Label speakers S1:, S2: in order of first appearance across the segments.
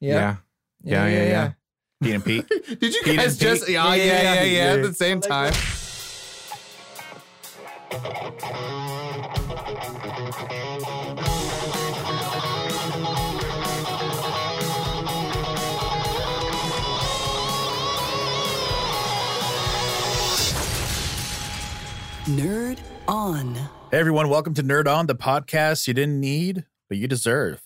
S1: Yeah.
S2: Yeah. Yeah. Yeah. yeah. Pete and Pete.
S3: Did you
S2: Pete
S3: guys
S2: and Pete.
S3: just? Yeah, yeah, yeah, yeah, At the same time.
S4: Nerd on.
S2: Hey everyone, welcome to Nerd On, the podcast you didn't need, but you deserve.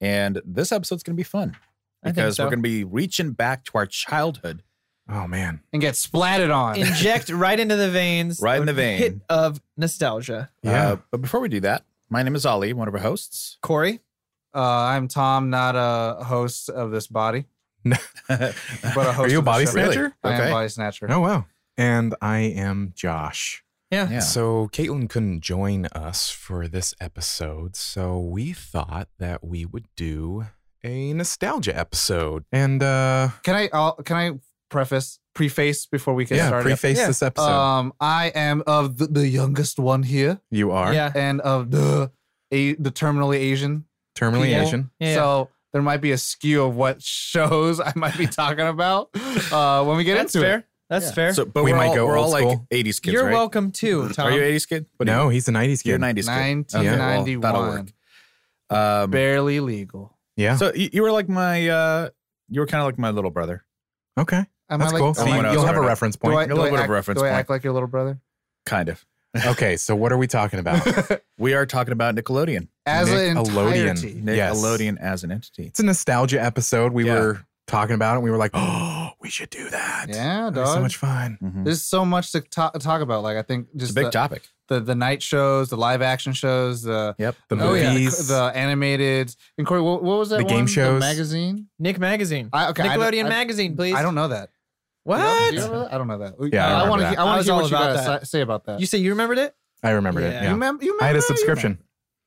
S2: And this episode's going to be fun
S3: I think
S2: because
S3: so.
S2: we're going to be reaching back to our childhood.
S1: Oh man.
S3: And get splatted on.
S1: Inject right into the veins.
S2: Right in
S1: a
S2: the vein.
S1: Hit of nostalgia.
S2: Uh, but before we do that, my name is Ali, one of our hosts.
S1: Corey.
S3: Uh, I'm Tom, not a host of this body,
S2: but
S3: but a host.
S1: Are you a
S3: of the
S1: body
S3: show.
S1: snatcher?
S3: I am
S2: Okay.
S3: a body snatcher.
S5: Oh wow. And I am Josh.
S1: Yeah.
S2: Yeah.
S5: So Caitlin couldn't join us for this episode, so we thought that we would do a nostalgia episode. And uh
S3: Can I? I'll, can I preface, preface before we get
S5: yeah,
S3: started?
S5: preface
S1: Yeah.
S5: this episode.
S3: um, I am of the, the youngest one here,
S5: you are
S1: Yeah.
S3: and of the a, the terminally Asian.
S5: terminally
S1: people.
S5: Asian.
S1: Yeah.
S3: So there might be a skew of what shows I might be talking about uh, when we get
S1: that's
S3: into
S1: fair.
S3: it.
S1: That's
S2: Yeah.
S1: fair.
S2: So, but
S5: We
S2: we're
S5: might
S2: all,
S5: go
S2: we're all
S5: old
S2: like
S5: school.
S2: 80s kids,
S1: You're
S2: right?
S1: welcome too, Tom.
S2: Are you 80s kid? What do you-
S5: no, he's a 90s kid.
S2: you're 90s kid. Okay, well,
S3: 1991.
S2: that'll work. Um,
S3: Barely legal.
S5: Yeah.
S2: So you, you were like my, uh, you were kind of like my little brother.
S5: okay.
S3: Am
S5: That's
S3: I like,
S5: cool. So
S3: am
S2: I'm
S5: you,
S3: I,
S2: when I was
S5: will have a
S2: growing up.
S5: reference
S3: do
S5: point.
S3: I,
S2: a
S3: do
S2: little
S3: I
S2: bit of
S3: act,
S2: reference
S3: do I
S2: point.
S3: act like your little brother?
S2: Kind of.
S5: okay, so what are we talking about?
S2: We are talking about Nickelodeon.
S3: As an
S5: Nickelodeon.
S3: entirety.
S5: Yes.
S2: Nickelodeon as an entity.
S5: it's a nostalgia episode. We
S2: Yeah.
S5: were talking about it and we were like, "Oh, we should do that."
S3: Yeah,
S5: That'd be
S3: dog.
S5: so much fun.
S2: Mhm.
S3: There's so much to ta- talk about. Like I think
S2: It's
S3: just
S2: a big
S1: uh,
S3: the,
S2: topic.
S3: the the night shows, the live action shows, the
S2: Yep.
S5: The
S3: oh, yeah,
S5: movies.
S3: the, the animated. And Corey, what, what was that?
S5: The game
S3: one?
S5: shows.
S3: magazine.
S1: Nick Magazine.
S3: I, okay, I don't-
S1: Nickelodeon
S3: I-
S1: Magazine, please.
S3: I don't know that. Do you know-
S1: What?
S3: do you remember that? I don't know that.
S5: Yeah, I
S3: I
S5: remember
S3: want to.
S5: that.
S3: I
S1: I
S3: want to
S1: was
S3: hear
S1: all
S3: what you
S1: about
S3: gotta
S1: that.
S3: si- say about that.
S1: You say you remembered it?
S5: I remembered it.
S1: Yeah.
S5: Yeah.
S3: You mem- you remember?
S5: I had a
S3: you
S5: subscription.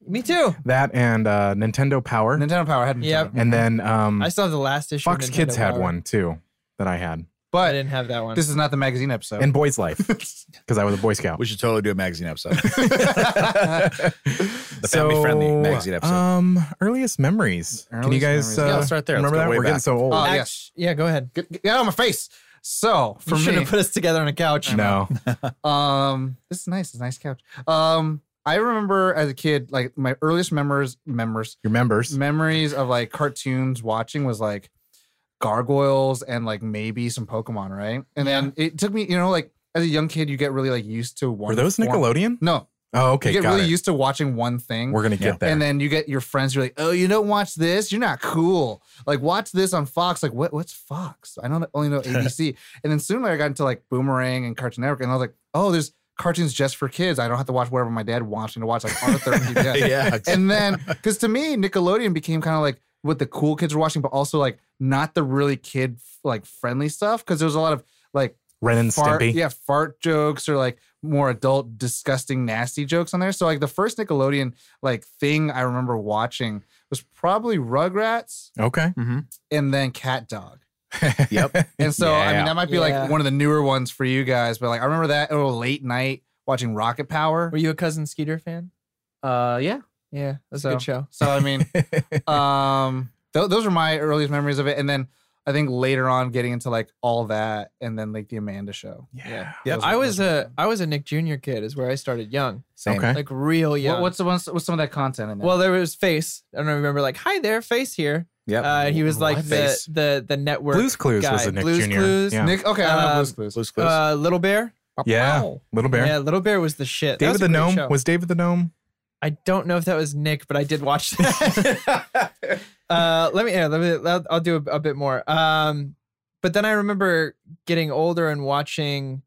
S1: Me too.
S5: That and uh, Nintendo Power.
S3: remember. Nintendo Power. I had Nintendo.
S1: Yep.
S5: and then um,
S1: I still have the last issue. of
S5: Fox
S1: Nintendo
S5: Kids had
S1: Power.
S5: one too that I had.
S1: I
S3: But
S1: didn't have that one.
S3: this is not the magazine episode.
S5: And Boy's Life, because I was a Boy Scout.
S2: We should totally do a magazine episode.
S5: the
S2: family-friendly magazine episode.
S1: uh,
S5: Um, earliest memories. Can you
S3: Earliest
S5: guys
S3: memories.
S5: uh,
S2: Yeah, let's start there. Let's
S5: remember
S2: go
S5: that?
S2: way
S5: We're getting
S2: back.
S5: so old.
S3: Oh,
S1: Act-
S3: yes.
S1: yeah, go ahead.
S3: get, get out of my face. So for
S1: you shouldn't
S3: me,
S1: have put us together on a couch.
S5: no.
S3: um, this is nice. It's a nice couch. Um, I remember as a kid, like my earliest memories, memories,
S5: Your members.
S3: memories of like cartoons watching was like gargoyles and like maybe some Pokemon, right? And then it took me, you know, like as a young kid, you get really like used to one.
S5: Were those
S3: form-
S5: Nickelodeon?
S3: No,
S5: Oh, okay.
S3: you get
S5: got
S3: really
S5: it.
S3: used to watching one thing.
S5: We're gonna get
S2: Yeah.
S5: there.
S3: And then you get your friends. You're like, oh, you don't watch this. You're not cool. Like, watch this on Fox. Like, what? What's Fox? I don't only know ABC. and then soon later, I got into like Boomerang and Cartoon Network, and I was like, oh, there's cartoons just for kids. I don't have to watch whatever my dad wants me to watch, like Arthur. and PBS.
S2: yeah.
S3: And then, because to me, Nickelodeon became kind of like what the cool kids were watching, but also like not the really kid like friendly stuff. Because there was a lot of like
S5: Ren and
S3: fart,
S5: Stimpy.
S3: yeah, fart jokes or like more adult, disgusting, nasty jokes on there. So like the first Nickelodeon like thing I remember watching was probably Rugrats
S5: Okay.
S2: Mm-hmm.
S3: and then Cat Dog.
S2: Yep.
S3: And so I mean
S5: Yeah.
S3: that might be
S1: Yeah.
S3: like one of the newer ones for you guys, but like I remember that oh late night watching Rocket Power.
S1: Were you a cousin Skeeter fan?
S3: Uh yeah.
S1: Yeah, that's
S3: So-
S1: a good show.
S3: So I mean, um, th- those are my earliest memories of it, and then. I think later on getting into like all that and then like the Amanda show.
S5: yeah.
S2: Yeah.
S3: Those
S1: I
S3: were-
S1: was uh,
S3: those were
S1: a I was a Nick Jr. kid is where I started young,
S2: Same.
S5: Okay.
S1: like real young.
S3: What, what's the one? What's some of that content in there?
S1: well, there was Face. I don't remember like hi there, Face here.
S2: Yep.
S1: Uh, and he was like the,
S2: Face.
S1: the the network.
S5: Blues Clues was
S1: guy.
S5: a Nick
S1: Blues
S5: Jr.
S1: Clues,
S5: yeah.
S3: Nick, okay, I know
S1: Um,
S3: Blue's Clues.
S2: Blue's Clues.
S1: uh, Little Bear.
S5: Yeah.
S1: Wow.
S5: Little Bear.
S1: Yeah, Little Bear was the shit. That
S5: David
S1: was a
S5: the
S1: great
S5: Gnome.
S1: show.
S5: Was David the Gnome?
S1: I don't know if that was Nick, but I did watch that. uh, let me, yeah, let me, I'll, I'll do a, a bit more. Um, but then I remember getting older and watching.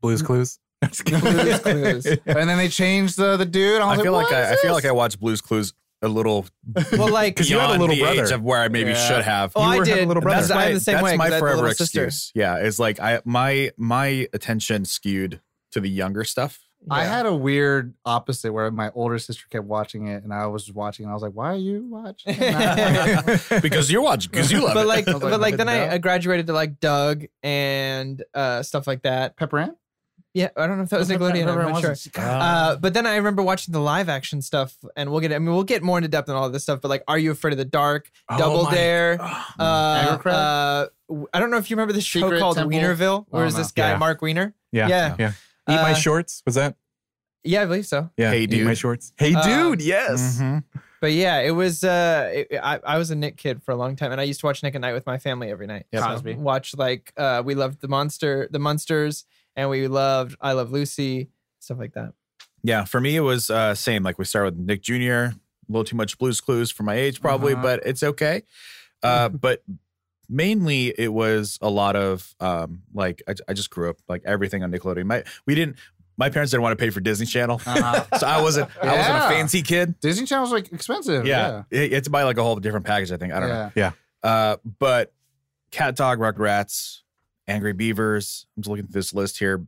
S5: Blues Clues.
S3: Blue's Clues. And then they changed the, the dude. I,
S2: I
S3: was
S2: feel
S3: like,
S2: like I, I feel like I watched Blues Clues a little
S1: Well, like,
S5: you had a
S2: beyond
S5: little
S2: the
S5: brother.
S2: age of where I maybe
S1: Yeah.
S2: should have.
S1: oh,
S5: you
S1: I
S5: were having a
S1: did.
S5: little brother.
S1: That's, I'm the same
S2: that's
S1: way. 'cause
S2: my
S1: I had a
S2: forever
S1: little
S2: excuse.
S1: Sister.
S2: Yeah, it's like I my my attention skewed to the younger stuff.
S3: I
S1: Yeah.
S3: had a weird opposite where my older sister kept watching it, and I was watching, and I was like, "Why are you watching?" that?"
S2: because you're watching because you love
S1: but
S2: it.
S1: like,
S3: I was like,
S1: but like, then
S3: "What the
S1: I,
S3: hell?"
S1: I graduated to like Doug and uh, stuff like that.
S3: Pepper Ant.
S1: Yeah, I don't know if that was Nickelodeon. I'm not sure.
S5: Oh
S1: Uh, but then I remember watching the live action stuff, and we'll get. I mean, we'll get more into depth on all this stuff. But like, Are You Afraid of the Dark?
S5: Oh
S1: Double
S5: my-
S1: Dare.
S5: Ah,
S1: Uh, uh, w- I don't know if you remember this show
S3: Secret
S1: called
S3: Temple?
S1: Wienerville. Where
S3: Oh,
S1: is
S3: no.
S1: this guy
S5: Yeah.
S1: Mark Wiener?
S5: yeah,
S1: yeah.
S5: yeah, Eat my
S1: Uh,
S5: shorts. Was that?
S1: Yeah, I believe so.
S5: Yeah,
S2: Hey
S5: Eat my
S2: Dude.
S5: shorts. Hey,
S1: Uh,
S5: dude. Yes.
S2: Mhm.
S1: But yeah, it was. Uh, it, I I was a Nick kid for a long time, and I used to watch Nick at Night with my family every night.
S2: Yep.
S1: So,
S3: Cosby.
S1: Watch like uh, we loved the monster, the monsters, and we loved I Love Lucy, stuff like that.
S2: Yeah, for me it was uh same. Like we start with Nick Jr. A little too much Blues Clues for my age, probably,
S3: Uh-huh.
S2: but it's okay. Uh, but mainly it was a lot of um like I, I just grew up like everything on Nickelodeon. My we didn't. My parents didn't want to pay for Disney Channel,
S1: Uh.
S3: Uh-huh.
S2: so I wasn't. I wasn't
S3: Yeah.
S2: a fancy kid.
S3: Disney Channel's like
S1: Oh,
S3: expensive.
S2: Yeah, It- you have to buy like a whole different package. I think I don't know.
S3: Yeah.
S2: Uh, but Cat Dog, Rugrats, Angry Beavers. I'm just looking through this list here.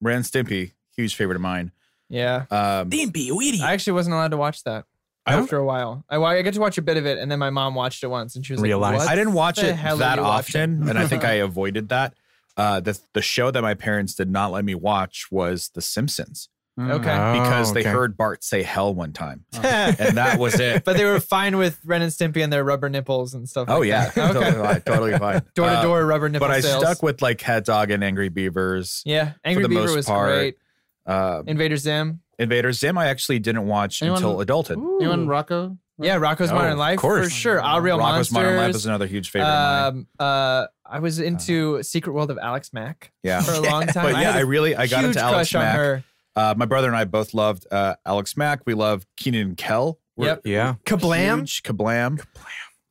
S2: Ren and Stimpy, huge favorite of mine.
S1: Yeah,
S2: Um,
S1: I actually wasn't allowed to watch that. After a while, I, wa- I got to watch a bit of it, and then my mom watched it once, and she was
S5: Realized.
S1: like, "What
S2: I didn't watch
S1: the
S2: it
S1: hell are
S2: that
S1: you watching?"
S2: often, and I think I avoided that. Uh, the the show that my parents did not let me watch was The Simpsons
S3: Mm.
S1: Okay.
S2: because
S5: Oh,
S2: they
S5: okay.
S2: heard Bart say hell one time, and that was it.
S1: but they were fine with Ren and Stimpy and their rubber nipples and stuff.
S2: Oh
S1: like
S2: yeah,
S1: that.
S2: totally
S1: okay.
S2: fine, totally fine.
S1: Door to
S2: Uh,
S1: door rubber nipple
S2: but I
S1: sales.
S2: stuck with like Cat Dog and Angry Beavers.
S1: yeah, Angry
S2: the
S1: Beaver
S2: most
S1: was
S2: part.
S1: great.
S2: Uh,
S1: Invader Zim.
S2: Invader Zim, I actually didn't watch
S3: Anyone-
S2: until adulthood.
S3: Anyone Mm-hmm. Rocco?
S1: Yeah, Rocco's
S5: No,
S2: Oh,
S1: Modern
S5: of
S1: Life for
S5: course.
S1: sure. Our Real
S2: Rocko's
S1: Monsters.
S2: Modern Life is another huge favorite of mine. Uh-huh.
S1: um, uh, I was into Secret World of Alex Mack
S2: Oh, Yeah.
S1: for a long time.
S2: But yeah,
S1: had
S2: I
S1: a
S2: really I got
S1: huge
S2: into Alex
S1: crush on
S2: Mack.
S1: her.
S2: Uh, my brother and I both loved uh, Alex Mack. We loved Keenan and Kel. We're
S1: Yep.
S5: Yeah.
S1: Kablam.
S2: huge. Kablam.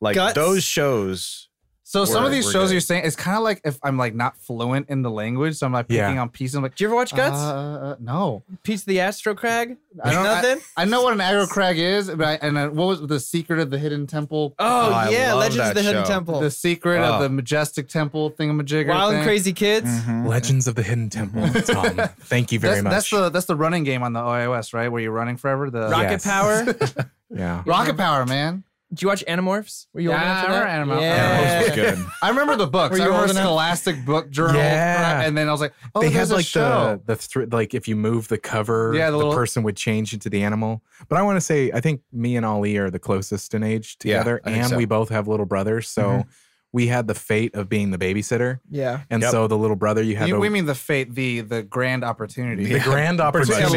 S2: Like
S1: Guts.
S2: those shows.
S3: So some
S2: We're-
S3: of these
S2: we're
S3: shows
S2: good.
S3: you're saying it's kind of like if I'm like not fluent in the language, so I'm like
S5: Yeah.
S3: picking on pieces. I'm like,
S1: Did you ever watch Guts?
S3: Uh, no,
S1: Piece of the Astro Crag?
S3: I don't. I,
S1: Nothing?
S3: I know what an aggro crag is, but I, and uh, what was the secret of the hidden temple?
S1: oh,
S2: Oh, I
S1: yeah.
S2: love
S1: Legends of
S2: that
S1: the Hidden
S2: show.
S1: Temple.
S3: The secret
S2: Oh.
S3: of the majestic temple thingamajigger.
S1: Wild and
S3: thing.
S1: Crazy Kids.
S2: Mm-hmm.
S5: Legends of the Hidden Temple. Tom, thank you very
S3: That's,
S5: much.
S3: Mm-hmm. that's the that's the running game on the iOS, right? Where you're running forever. The
S1: Rocket
S5: Yes.
S1: Power. Did
S5: yeah.
S3: rocket power, man.
S1: you watch Animorphs? Were you
S3: Yeah,
S1: old enough for
S3: I
S1: that?
S3: remember Animorphs.
S1: Yeah.
S2: That was good.
S3: I remember the books.
S1: Were you
S3: I remember
S1: old enough?
S3: Scholastic book journal,
S5: Yeah.
S3: and then I was like, oh,
S5: they
S3: there's
S5: had
S3: a
S5: like
S3: show.
S5: the the thr like if you move the cover,
S3: Yeah, the
S5: the,
S3: little-
S5: person would change into the animal. But I want to say, I think me and Ali are the closest in age
S2: Yeah,
S5: together,
S2: I think
S5: and
S2: so.
S5: we both have little brothers, so
S3: Mm-hmm.
S5: we had the fate of being the babysitter,
S1: Yeah.
S5: and
S2: Yep.
S5: so the little brother you had
S3: You-
S5: to,
S3: we mean the fate, the the grand opportunity,
S5: the grand opportunity.
S3: to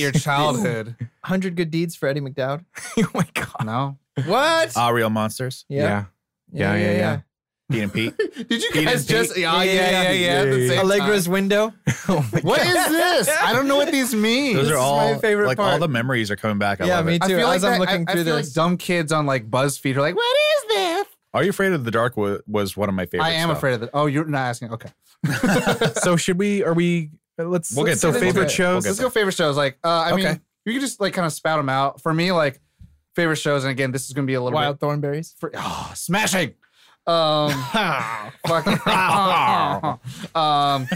S2: yes.
S3: your childhood.
S1: 100 Good Deeds for Eddie McDowd.
S5: oh my god!
S3: no,
S1: What?
S2: Ah, Real Monsters.
S5: Yeah, Yeah, yeah, yeah.
S2: Pete and Pete.
S3: Did you
S2: Pete
S3: guys
S2: and Pete.
S3: just? Yeah, yeah, yeah, yeah. at the
S5: yeah, yeah.
S3: same
S1: Allegra's Window.
S5: oh my
S3: time. What is this? I don't know what these mean.
S2: Those
S1: This
S2: are
S1: is
S2: all
S1: my favorite
S2: like all
S1: part.
S2: the memories are coming back. I
S1: yeah,
S2: love
S1: me
S2: it.
S1: too.
S3: I feel like
S1: As I'm
S3: that-
S1: looking
S3: I, I
S1: through
S3: feel
S1: this.
S3: like dumb kids on like BuzzFeed are like, "What is this?"
S2: Are you afraid of the dark? wa- Was one of my favorites.
S3: I am
S2: though.
S3: afraid of that. Oh, you're not asking. Okay,
S5: god! so should we? Are we? uh, Let's.
S2: We'll get
S5: so
S2: there.
S1: We'll
S5: favorite
S1: get
S2: there. We'll
S5: shows.
S2: get
S3: let's go favorite shows. Like, uh, I mean,
S2: Okay.
S3: you can just like kind of spout them out. For me, like favorite shows, and again, this is gonna be a little
S1: Wild Thornberries.
S3: bit for, oh, smashing. Um, fucking, um,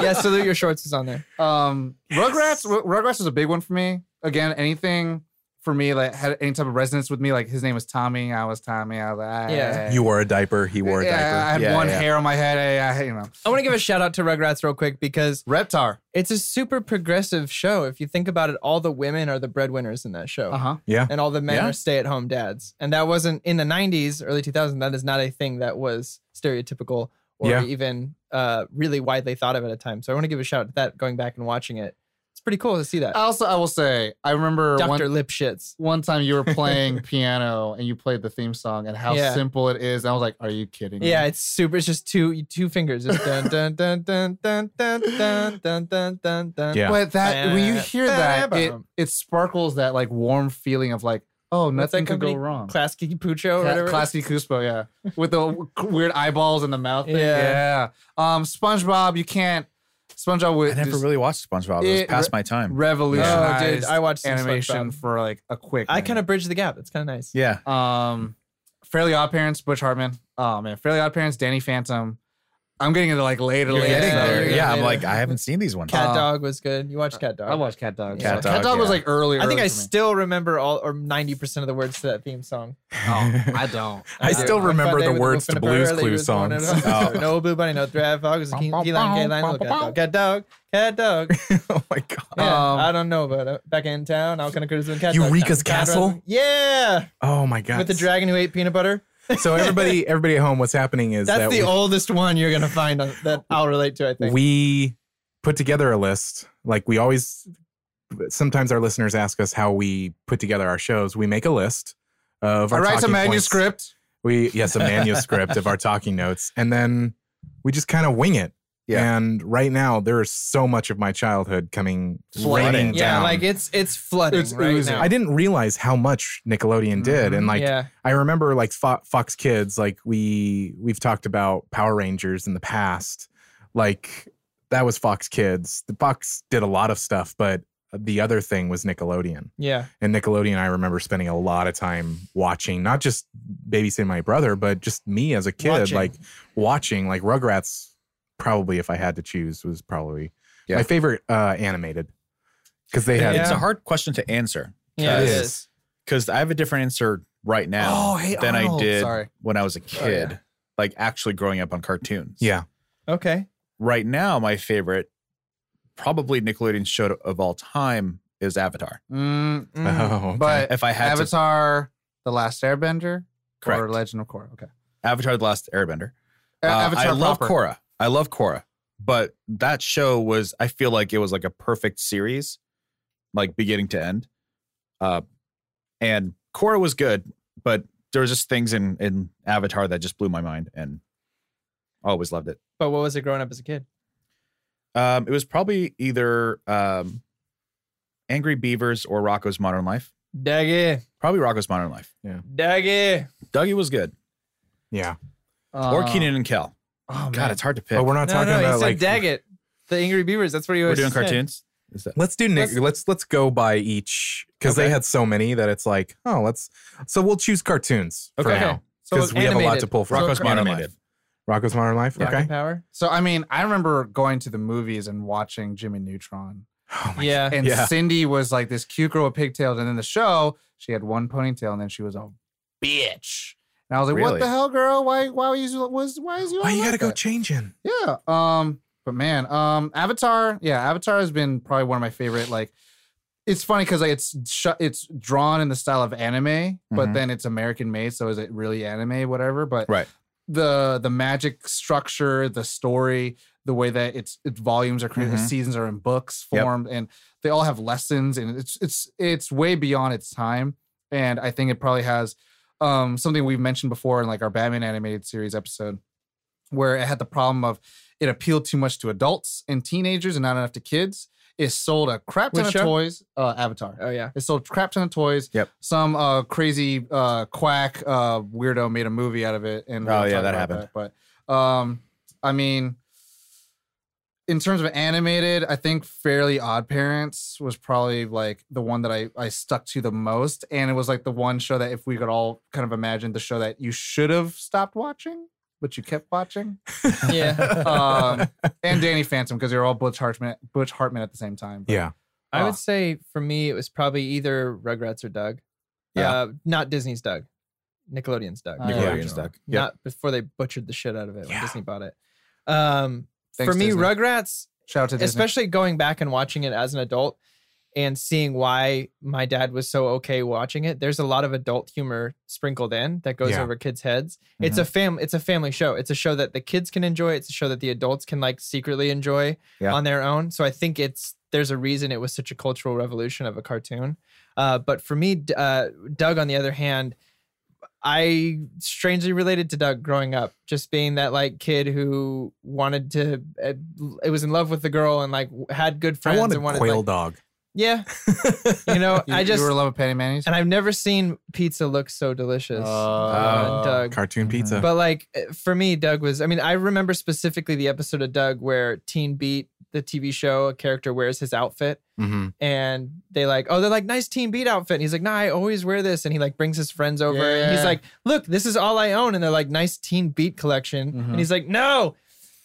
S1: yeah, salute your shorts is on there.
S3: Um, Rugrats, Ru- Rugrats is a big one for me. Again, anything for me that had any type of resonance with me, like his name was Tommy, I was Tommy, I was like,
S1: Yeah.
S5: You wore a diaper. He wore a
S3: yeah,
S5: diaper.
S3: I had
S2: Yeah,
S3: one
S2: yeah.
S3: hair on my head. I, I had, you know,
S1: I want to give a shout out to Rugrats real quick because
S3: Reptar.
S1: it's a super progressive show. If you think about it, all the women are the breadwinners in that
S5: Oh.
S1: show.
S3: Uh huh.
S5: Yeah.
S1: And all the men
S2: Yeah.
S1: are stay at home dads. And that wasn't in the 90s, early 2000s, that is not a thing that was stereotypical or
S5: Yeah.
S1: even uh, really widely thought of at a time. So I want to give a shout out to that going back and watching it. It's pretty cool to see that.
S3: Also, I will say, I remember Uh, one,
S1: Dr. Lipschitz.
S3: one time you were playing piano and you played the theme song and how
S1: Yeah.
S3: simple it is. And I was like, are you kidding? me?
S1: Yeah, it's super. It's just two two fingers. It's dun dun dun dun dun dun dun dun dun dun dun.
S5: Yeah.
S3: But that when you hear that, it,
S1: Ba-ba-bum.
S3: it sparkles that like warm feeling of like, oh,
S1: What's that
S3: nothing could go
S1: company?
S3: wrong.
S1: Klasky Pucho or
S3: Cla-
S1: Oh, whatever.
S3: Classy Cuspo, yeah, with the w- weird eyeballs and the mouth. Thing.
S1: Yeah.
S3: Yeah. Um, SpongeBob, you can't. SpongeBob
S2: I
S3: would
S2: never
S3: just
S2: really watched SpongeBob. It, was
S3: It-
S2: past my time.
S3: revolutionized
S1: Oh, dude, I watched some
S3: animation
S1: SpongeBob.
S3: for like a quick.
S1: I kind of bridge the gap. That's kind of nice.
S2: Yeah.
S3: of um, Fairly Odd Parents, Butch Hartman. Oh man, Fairly Odd Parents, Danny Phantom. I'm getting into like later,
S1: You're
S3: later.
S1: getting
S3: so-
S1: there.
S2: Yeah,
S1: yeah,
S2: I'm
S1: later.
S2: like, I haven't seen these ones.
S1: Cat
S3: Uh,
S1: Dog was good. You watched Cat Dog.
S3: I watched Cat Dog.
S1: Cat
S3: so-
S2: Dog,
S3: was
S2: yeah.
S3: like early.
S1: I think
S3: early
S1: I
S3: for me.
S1: still remember all or ninety percent of the words to that theme song.
S3: Oh, I don't.
S5: I
S1: do.
S5: still
S1: One
S5: remember
S1: Friday
S5: the
S1: with wolf
S5: words to
S1: in a
S5: Blue's
S1: barrel, he
S5: Clues
S1: was born
S5: songs.
S1: in a-
S2: Oh.
S1: No blue bunny, no draft hog. It was a key, key line, gay line, little cat dog, cat dog, cat dog.
S5: oh my god.
S1: Yeah,
S3: Um,
S1: I don't know, but uh, back in town, I was gonna cruise with cat dog.
S5: Eureka's
S1: Cat dog.
S5: Castle?
S1: Yeah,
S5: Oh my god.
S1: with the dragon who ate peanut butter.
S5: so everybody, everybody at home, what's happening is
S1: That's
S5: that
S1: the
S5: we,
S1: oldest one you're gonna find on, that I'll relate to. I think.
S5: we put together a list. Like we always, sometimes our listeners ask us how we put together our shows. We make a list of
S3: I
S5: our
S3: write a
S5: talking points.
S3: manuscript.
S5: We yes, a manuscript of our talking notes, and then we just kind of wing it.
S2: Yeah.
S5: And right now, there is so much of my childhood coming
S2: Flooding.
S5: raining
S1: yeah,
S5: down.
S1: like it's it's flooding
S3: It's
S1: right
S3: oozing.
S1: now.
S5: I didn't realize how much Nickelodeon did, and like
S1: Mm-hmm. yeah,
S5: I remember like Fo- Fox Kids, like we we've talked about Power Rangers in the past. Like that was Fox Kids. The Fox did a lot of stuff, but the other thing was Nickelodeon.
S1: yeah,
S5: And Nickelodeon, I remember spending a lot of time watching, not just babysitting my brother, but just me as a kid,
S1: Watching.
S5: like watching, like Rugrats. Probably, if I had to choose, was probably
S2: Yeah.
S5: my favorite uh, animated because they had
S2: It's
S1: Yeah.
S2: a hard question to answer
S1: yeah. It
S5: It
S1: is.
S5: is.
S2: because I have a different answer right now
S3: Oh, hey,
S2: than I
S3: Arnold.
S2: did
S3: Sorry.
S2: when I was a
S3: Oh, yeah.
S2: kid, like actually growing up on cartoons.
S5: yeah,
S1: Okay.
S2: Right now, my favorite, probably Nickelodeon show of all time is Avatar.
S3: Mm,
S1: Mm.
S5: Oh, okay.
S3: But
S2: If I had to,
S3: Avatar, The Last Airbender, or
S2: Correct.
S3: Legend of Korra. Okay.
S2: Avatar: The Last Airbender.
S3: A-
S2: Uh,
S3: Avatar
S2: I love
S3: proper.
S2: Korra. I love Korra, but that show was. I feel like it was like a perfect series, like beginning to end. Uh, and Korra was good, but there was just things in in Avatar that just blew my mind, and I always loved it.
S1: But what was it growing up as a kid?
S2: Um, it was probably either um, Angry Beavers or Rocco's Modern Life.
S1: Dougie,
S2: Probably Rocco's Modern Life.
S1: Dougie.
S2: Dougie was good,
S5: yeah.
S2: or
S3: Uh,
S2: Keenan and Kel.
S3: Oh,
S2: God,
S3: man.
S2: it's hard to pick.
S5: But we're not
S1: No,
S5: talking
S1: no,
S5: about
S1: he said
S5: like
S1: Daggett, the Angry Beavers. That's what he
S2: we're
S1: always
S2: doing
S1: said.
S2: cartoons. Is that
S5: Let's do Nick.
S1: Let's-
S5: Let's let's, go by each because they
S2: Okay.
S5: had so many that it's like, oh, let's. So we'll choose cartoons for
S2: Okay.
S5: now
S1: So
S5: because
S1: it's
S5: we have a lot
S1: animated.
S5: to pull from.
S1: So
S2: Rocco's
S1: cr-
S2: Modern
S5: animated.
S2: Life?
S5: Rocco's Modern Life.
S1: Rocket
S5: Okay.
S1: Power.
S3: So I mean, I remember going to the movies and watching Jimmy Neutron,
S5: Oh my
S1: Yeah.
S3: and
S5: Yeah.
S3: Cindy was like this cute girl with pigtails, and in the show she had one ponytail, and then she was a bitch. And I was like, "What
S2: Really?
S3: the hell, girl? Why? Why was you? Was why is you?
S5: Why
S3: all
S5: you
S3: like
S5: gotta go
S3: that?"
S5: changing?
S3: Yeah. Um, but man, um, Avatar, yeah, Avatar has been probably one of my favorite. Like, it's funny because like it's sh- it's drawn in the style of anime, but
S2: Mhm.
S3: then it's American made, so is it really anime? Whatever. But
S2: Right.
S3: the the magic structure, the story, the way that it's its volumes are created, the
S2: Mhm.
S3: seasons are in books
S2: Yep.
S3: formed, and they all have lessons, and it's it's it's way beyond its time, and I think it probably has um something we've mentioned before in like our Batman animated series episode, where it had the problem of it appealed too much to adults and teenagers and not enough to kids. It sold a crap ton
S1: Which
S3: of
S1: show?
S3: toys. Uh, Avatar.
S1: Oh yeah.
S3: It sold crap ton of toys.
S2: Yep.
S3: Some uh, crazy uh, quack uh, weirdo made a movie out of it, and
S2: Oh,
S3: we'll
S2: yeah,
S3: talk
S2: that
S3: about
S2: happened.
S3: But um, I mean, in terms of animated, I think Fairly Odd Parents was probably like the one that I I stuck to the most, and it was like the one show that if we could all kind of imagine the show that you should have stopped watching, but you kept watching
S1: Yeah.
S3: um, and Danny Phantom because they were all Butch Hartman, Butch Hartman at the same time. But
S5: Yeah.
S1: I
S3: Ah.
S1: would say for me, it was probably either Rugrats or Doug.
S2: Yeah.
S1: Uh, not Disney's Doug. Nickelodeon's Doug.
S3: Ah,
S5: yeah.
S2: Nickelodeon's Doug. Yep.
S1: Not before they butchered the shit out of it when
S5: Yeah.
S1: Disney bought it. Um,
S3: Thanks,
S1: for me,
S3: Disney.
S1: Rugrats,
S3: shout out to Disney.
S1: especially going back and watching it as an adult and seeing why my dad was so okay watching it there's a lot of adult humor sprinkled in that goes
S5: Yeah.
S1: over kids heads it's a fam it's a family show it's a show that the kids can enjoy it's a show that the adults can like secretly enjoy
S2: Yeah.
S1: on their own so i think it's there's a reason it was such a cultural revolution of a cartoon uh, but for me D- uh, doug on the other hand I strangely related to Doug growing up, just being that like kid who wanted to, uh, it was in love with the girl and like w- had good friends
S5: I want a
S1: and wanted
S5: quail
S1: like,
S5: dog.
S1: yeah, you know,
S3: You-
S1: I just
S3: you were in love with Patty Mayonnaise.
S1: and I've never seen pizza look so delicious.
S3: Uh,
S1: on Doug.
S5: Cartoon
S3: Mhm.
S5: pizza.
S1: But like uh, for me, Doug was. I mean, I remember specifically the episode of Doug where Teen Beat, the TV show, a character wears his outfit,
S5: Mhm.
S1: and they like, oh, they're like nice Teen Beat outfit. And he's like, nah, I always wear this, and he like brings his friends over, and
S3: Yeah.
S1: he's like, look, this is all I own, and they're like, nice Teen Beat collection,
S3: Mhm.
S1: and he's like, no.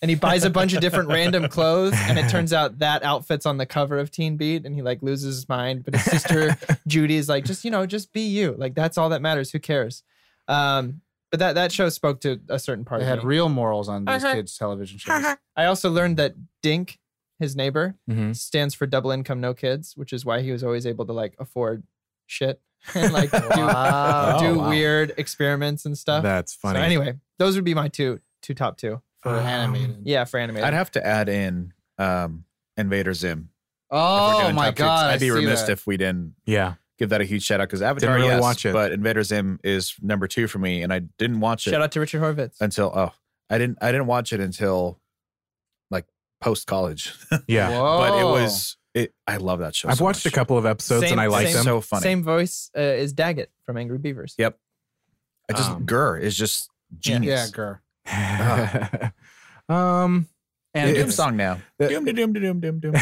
S1: and he buys a bunch of different random clothes and it turns out that outfit's on the cover of Teen Beat and he like loses his mind but his sister Judy is like just you know just be you like that's all that matters who cares um but that that show spoke to a certain part
S3: They
S1: of
S3: had
S1: me.
S3: real morals on these
S1: Uh-huh.
S3: kids' television shows.
S1: I also learned that Dink his neighbor
S5: Mhm.
S1: stands for double income no kids which is why he was always able to like afford shit and like do
S3: Wow.
S5: Oh,
S1: do
S5: wow.
S1: weird experiments and stuff.
S5: That's
S1: So
S5: funny.
S1: anyway, those would be my two two top two.
S3: For
S5: Um,
S3: animated.
S1: Yeah, for animated.
S2: I'd have to add in um, Invader Zim. if we're
S3: Oh
S2: doing
S3: my
S2: top two, 'cause
S3: god! I
S2: I'd be
S3: see
S2: remiss
S3: that.
S2: if we didn't
S5: Yeah.
S2: give that a huge shout out because Avatar.
S5: really
S2: yes,
S5: watch it.
S2: but Invader Zim is number two for me, and I didn't watch it
S1: Shout out to Richard Horvitz.
S2: until oh, I didn't I didn't watch it until like post college,
S5: Yeah.
S2: but it
S3: Whoa.
S2: was it. I love that show.
S5: I've
S2: so
S5: watched
S2: much.
S5: a couple of episodes
S1: Same-
S5: and I like
S1: same-
S5: them.
S2: So funny.
S1: Same voice uh, is Daggett from Angry Beavers.
S2: Yeah. I just
S5: Um,
S2: Gurr is just
S3: yeah,
S2: genius.
S3: girl.
S5: um,
S2: And a
S5: It-
S2: Doom song now.
S5: Uh,
S2: Doom, doom, doom, doom, doom, doom.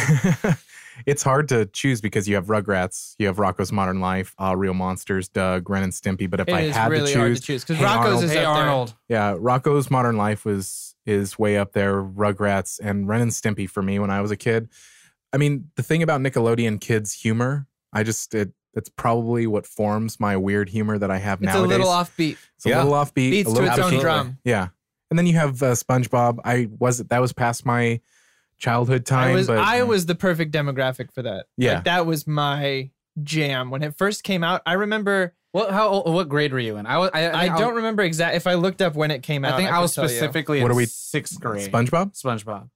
S5: it's hard to choose because you have Rugrats, you have Rocco's Modern Life, Ah Real Monsters, Doug, Ren and Stimpy. But if
S1: It
S5: I
S1: is
S5: had
S1: really
S5: to
S1: hard
S5: choose,
S1: to choose because
S5: Hey
S1: Rocco's
S5: Arnold.
S1: is
S3: Hey
S1: up there.
S3: Arnold.
S5: yeah, Rocco's Modern Life was is way up there. Rugrats and Ren and Stimpy for me when I was a kid. I mean, the thing about Nickelodeon kids' humor, I just it that's probably what forms my weird humor that I have
S1: It's
S5: nowadays.
S1: a little offbeat.
S5: It's a
S2: Yeah.
S5: little offbeat,
S1: Beats
S5: a
S1: to
S5: little
S1: its own
S5: absolutely.
S1: drum.
S5: Yeah, and then you have uh, SpongeBob. I was that was past my childhood time.
S1: I was
S5: but,
S1: I was the perfect demographic for that.
S5: Yeah.
S1: like, that was my jam when it first came out. I remember.
S3: What? How? old- What grade were you in? I was. I,
S1: I,
S3: think
S1: don't remember exactly if I looked up when it came
S3: I,
S1: out.
S3: was- I think I,
S1: could
S3: was
S1: tell you.
S3: specifically
S5: What
S3: in
S5: are we-
S3: sixth grade.
S5: SpongeBob.
S3: SpongeBob.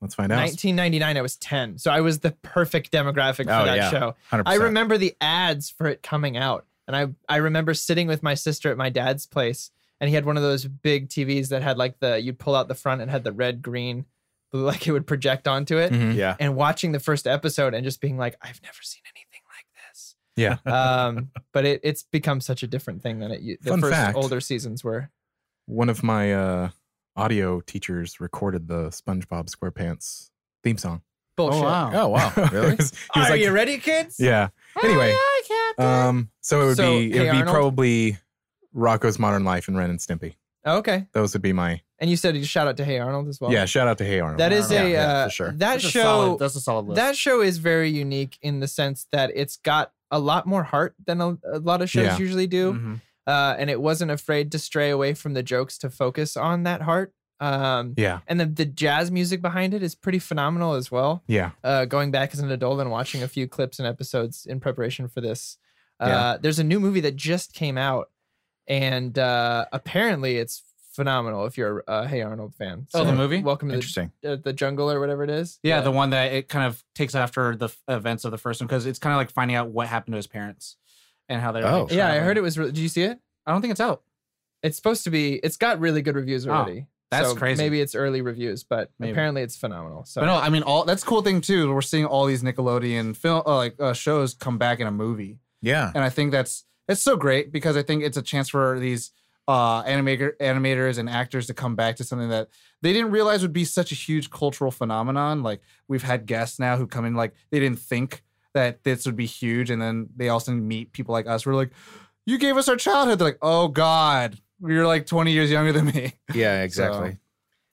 S5: Let's find out.
S1: 1999. I was 10, so I was the perfect demographic for
S2: Oh,
S1: that
S2: yeah.
S1: show.
S2: 100%.
S1: I remember the ads for it coming out. And I, I remember sitting with my sister at my dad's place, and he had one of those big TVs that had like the, you'd pull out the front and had the red, green, blue, like it would project onto it.
S5: Mhm.
S2: Yeah.
S1: And watching the first episode and just being like, I've never seen anything like this.
S5: Yeah.
S1: Um, but it, it's become such a different thing than it u- the
S5: Fun
S1: first
S5: fact.
S1: older seasons were.
S5: One of my uh, audio teachers recorded the SpongeBob SquarePants theme song.
S1: Bullshit.
S3: Oh wow.
S2: Oh wow!
S5: He
S2: Really?
S5: was- he was
S1: Are
S5: like-
S1: you ready, kids?
S5: Yeah. Anyway, um, so it would
S1: So,
S5: be it
S1: Hey
S5: would be
S1: Arnold?
S5: probably Rocco's Modern Life and Ren and Stimpy.
S1: Oh, okay.
S5: Those would be my
S1: And you said you shout out to Hey Arnold as well.
S5: yeah. Shout out to Hey Arnold.
S1: That is
S5: Yeah,
S1: a
S5: yeah,
S1: uh,
S5: for sure.
S1: that
S3: That's a
S1: show.
S3: solid- that's a solid list.
S1: That show is very unique in the sense that it's got a lot more heart than a, a lot of shows
S5: Yeah.
S1: usually do.
S3: Mhm.
S1: Uh, and it wasn't afraid to stray away from the jokes to focus on that heart. Um,
S5: yeah.
S1: And the, the jazz music behind it is pretty phenomenal as well.
S5: Yeah.
S1: Uh, going back as an adult and watching a few clips and episodes in preparation for this, uh,
S5: Yeah.
S1: there's a new movie that just came out, and uh, apparently it's phenomenal if you're a Hey Arnold fan.
S3: Oh, the movie?
S1: Welcome to the
S2: Interesting.
S1: uh, the jungle or whatever it is.
S3: Yeah, the one that it kind of takes after the f- events of the first one because it's kind of like finding out what happened to his parents and how they're.
S2: Oh.
S3: like,
S1: yeah. I
S3: traveling.
S1: heard it was. Re- Did you see it?
S3: I don't think it's out.
S1: It's supposed to be. It's got really good reviews
S3: Oh,
S1: already.
S3: that's
S1: So
S3: crazy.
S1: Maybe it's early reviews, but
S3: Maybe.
S1: apparently it's phenomenal. So
S3: But no, I mean, all that's a cool thing too. We're seeing all these Nickelodeon film uh, like uh, shows come back in a movie,
S2: Yeah.
S3: and I think that's it's so great because I think it's a chance for these uh, animator animators and actors to come back to something that they didn't realize would be such a huge cultural phenomenon. Like we've had guests now who come in like they didn't think that this would be huge, and then they also meet people like us. We're like, you gave us our childhood. They're like, oh god, you're like 20 years younger than me.
S2: Yeah. Exactly.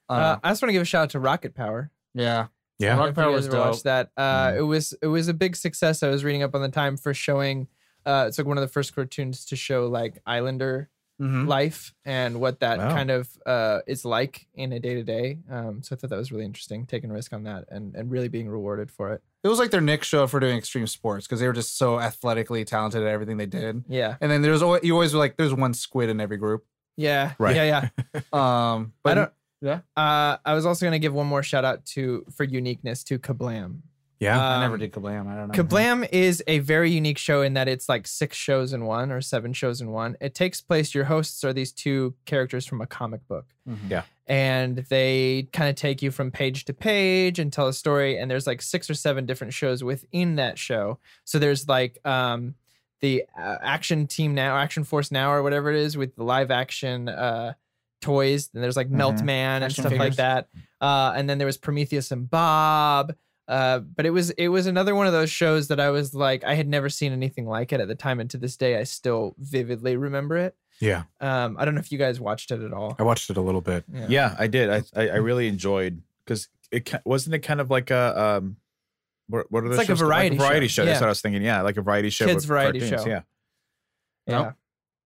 S3: Uh,
S1: uh, I just want to give a shout out to Rocket Power.
S3: yeah,
S5: Yeah.
S3: Rocket
S1: If you
S3: Power
S1: guys
S3: was
S1: ever
S3: dope. Mm-hmm.
S1: watched that. Uh, It was it was a big success. I was reading up on the time for showing. Uh, it's like one of the first cartoons to show like Islander
S3: Mhm.
S1: life and what that
S2: Wow.
S1: kind of uh, is like in a day to day. Um, So I thought that was really interesting, taking a risk on that and and really being rewarded for it.
S3: it was like their Nick show for doing extreme sports because they were just so athletically talented at everything they did.
S1: Yeah.
S3: And then there's always you always were like there's one squid in every group.
S1: Yeah.
S2: Right.
S1: Yeah. Yeah.
S3: Um, but
S1: I don't.
S3: yeah.
S1: Uh, I was also gonna give one more shout out to for uniqueness to Kablam.
S5: Yeah.
S3: I never
S1: Um,
S3: did Kablam. I don't know.
S1: Kablam is a very unique show in that it's like six shows in one or seven shows in one. It takes place. Your hosts are these two characters from a comic book,
S3: Mhm.
S2: Yeah.
S1: and they kind of take you from page to page and tell a story. And there's like six or seven different shows within that show. So there's like um, the uh, action team now, action force now, or whatever it is, with the live action uh, toys. And there's like Melt
S2: Mhm.
S1: Man and
S3: Mm-hmm. Action
S1: stuff like
S3: figures.
S1: that. Uh, and then there was Prometheus and Bob. Uh, but it was it was another one of those shows that I was like I had never seen anything like it at the time, and to this day I still vividly remember it.
S5: Yeah.
S1: Um, I don't know if you guys watched it at all.
S5: I
S3: Oh,
S5: watched it a little bit.
S1: Yeah. Hmm.
S2: Yeah, I did. I I, I really enjoyed because it ki- wasn't it kind of like a um, what, what are
S1: It's
S2: those
S1: like a
S2: shows?
S1: variety show.
S2: variety show. That's
S1: Yeah.
S2: what I was thinking. Yeah, like a variety show.
S1: Kids'
S2: with
S1: variety
S2: cartoons.
S1: show.
S2: Yeah,
S1: Yeah.
S3: Nope.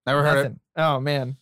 S3: Never heard it.
S1: Nothing. Oh man.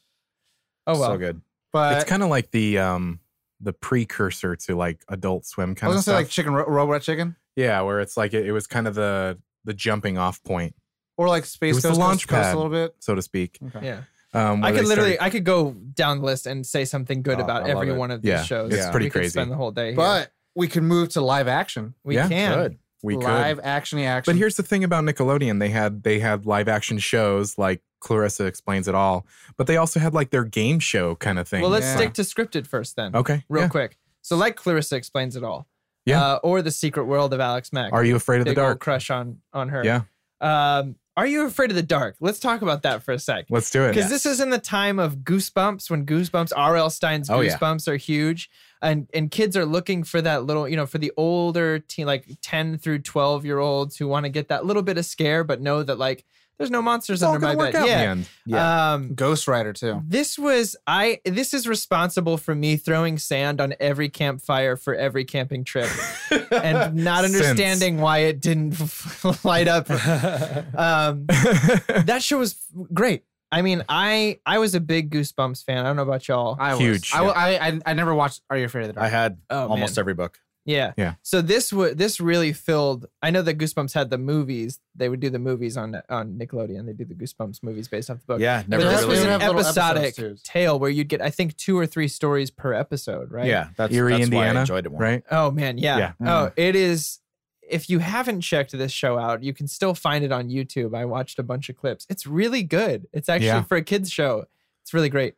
S1: Oh well.
S2: so good.
S3: But
S5: it's kind of like the um the precursor to like Adult Swim
S3: I
S5: kind
S3: was
S5: of
S3: gonna
S5: stuff.
S3: say like chicken ro- robot chicken
S5: yeah, where it's like it, it was kind of the the jumping off point,
S3: or like
S5: It
S3: space
S5: was the
S3: coast, Coast to
S5: launch
S3: Coast
S5: pad.
S3: a little bit.
S5: so to speak.
S3: Okay.
S1: Yeah.
S5: Um,
S1: I
S5: where
S1: could
S5: they
S1: literally
S5: started-
S1: I could go down the list and say something good
S2: Oh,
S1: about
S2: I love
S1: every
S2: it.
S1: one of these
S5: Yeah,
S1: shows.
S2: it's
S5: pretty
S1: we could
S5: crazy.
S1: Spend the whole day. here.
S3: But we can move to live action.
S1: we
S5: Yeah,
S1: can.
S2: Good.
S5: we could.
S3: live action action.
S5: But here's the thing about Nickelodeon: they had they had live action shows like Clarissa explains it all, but they also had like their game show kind of thing.
S1: Well, let's
S3: Yeah.
S1: stick to scripted first then,
S5: okay,
S1: real
S5: yeah.
S1: quick. So, like Clarissa explains it all.
S5: Yeah.
S1: Uh, or the Secret World of Alex Mack.
S5: Are you afraid of
S1: Big
S5: the
S1: old
S5: dark?
S1: crush on on her.
S5: Yeah,
S1: Um, Are you afraid of the dark? Let's talk about that for a sec.
S5: let's do it.
S1: Because this is in the time of Goosebumps, when Goosebumps, R.L. Stein's
S2: Oh, yeah.
S1: Goosebumps are huge, and and kids are looking for that little, you know, for the older teen, like ten through twelve year olds who want to get that little bit of scare, but know that like there's no monsters
S5: It's all
S1: under my
S5: gonna work
S1: bed.
S5: out in the
S1: yeah.
S5: end.
S1: Um,
S3: Ghost Rider too.
S1: this was I. This is responsible for me throwing sand on every campfire for every camping trip, and not
S5: Since.
S1: understanding why it didn't light up. Um, that show was f- great. I mean, I I was a big Goosebumps fan. I don't know about y'all.
S3: I was.
S5: Huge.
S3: I, I, I I never watched Are You Afraid of the Dark?
S2: I had
S1: Oh,
S2: almost
S1: man.
S2: every book.
S1: Yeah.
S5: Yeah.
S1: So this would this really filled. I know that Goosebumps had the movies. They would do the movies on on Nickelodeon. They do the Goosebumps movies based off the book.
S2: Yeah, never
S1: but this
S3: really-
S1: was
S3: They
S1: an
S3: have little
S1: episodic
S3: episodes, too.
S1: tale where you'd get, I think, two or three stories per episode, right?
S2: Yeah, that's,
S5: Erie,
S2: that's why
S5: Indiana,
S2: I enjoyed it more.
S5: right?
S1: Oh man, yeah.
S5: Yeah.
S1: Oh, it is. If you haven't checked this show out, you can still find it on YouTube. I watched a bunch of clips. It's really good. It's actually
S5: Yeah.
S1: for a kids show. It's really great.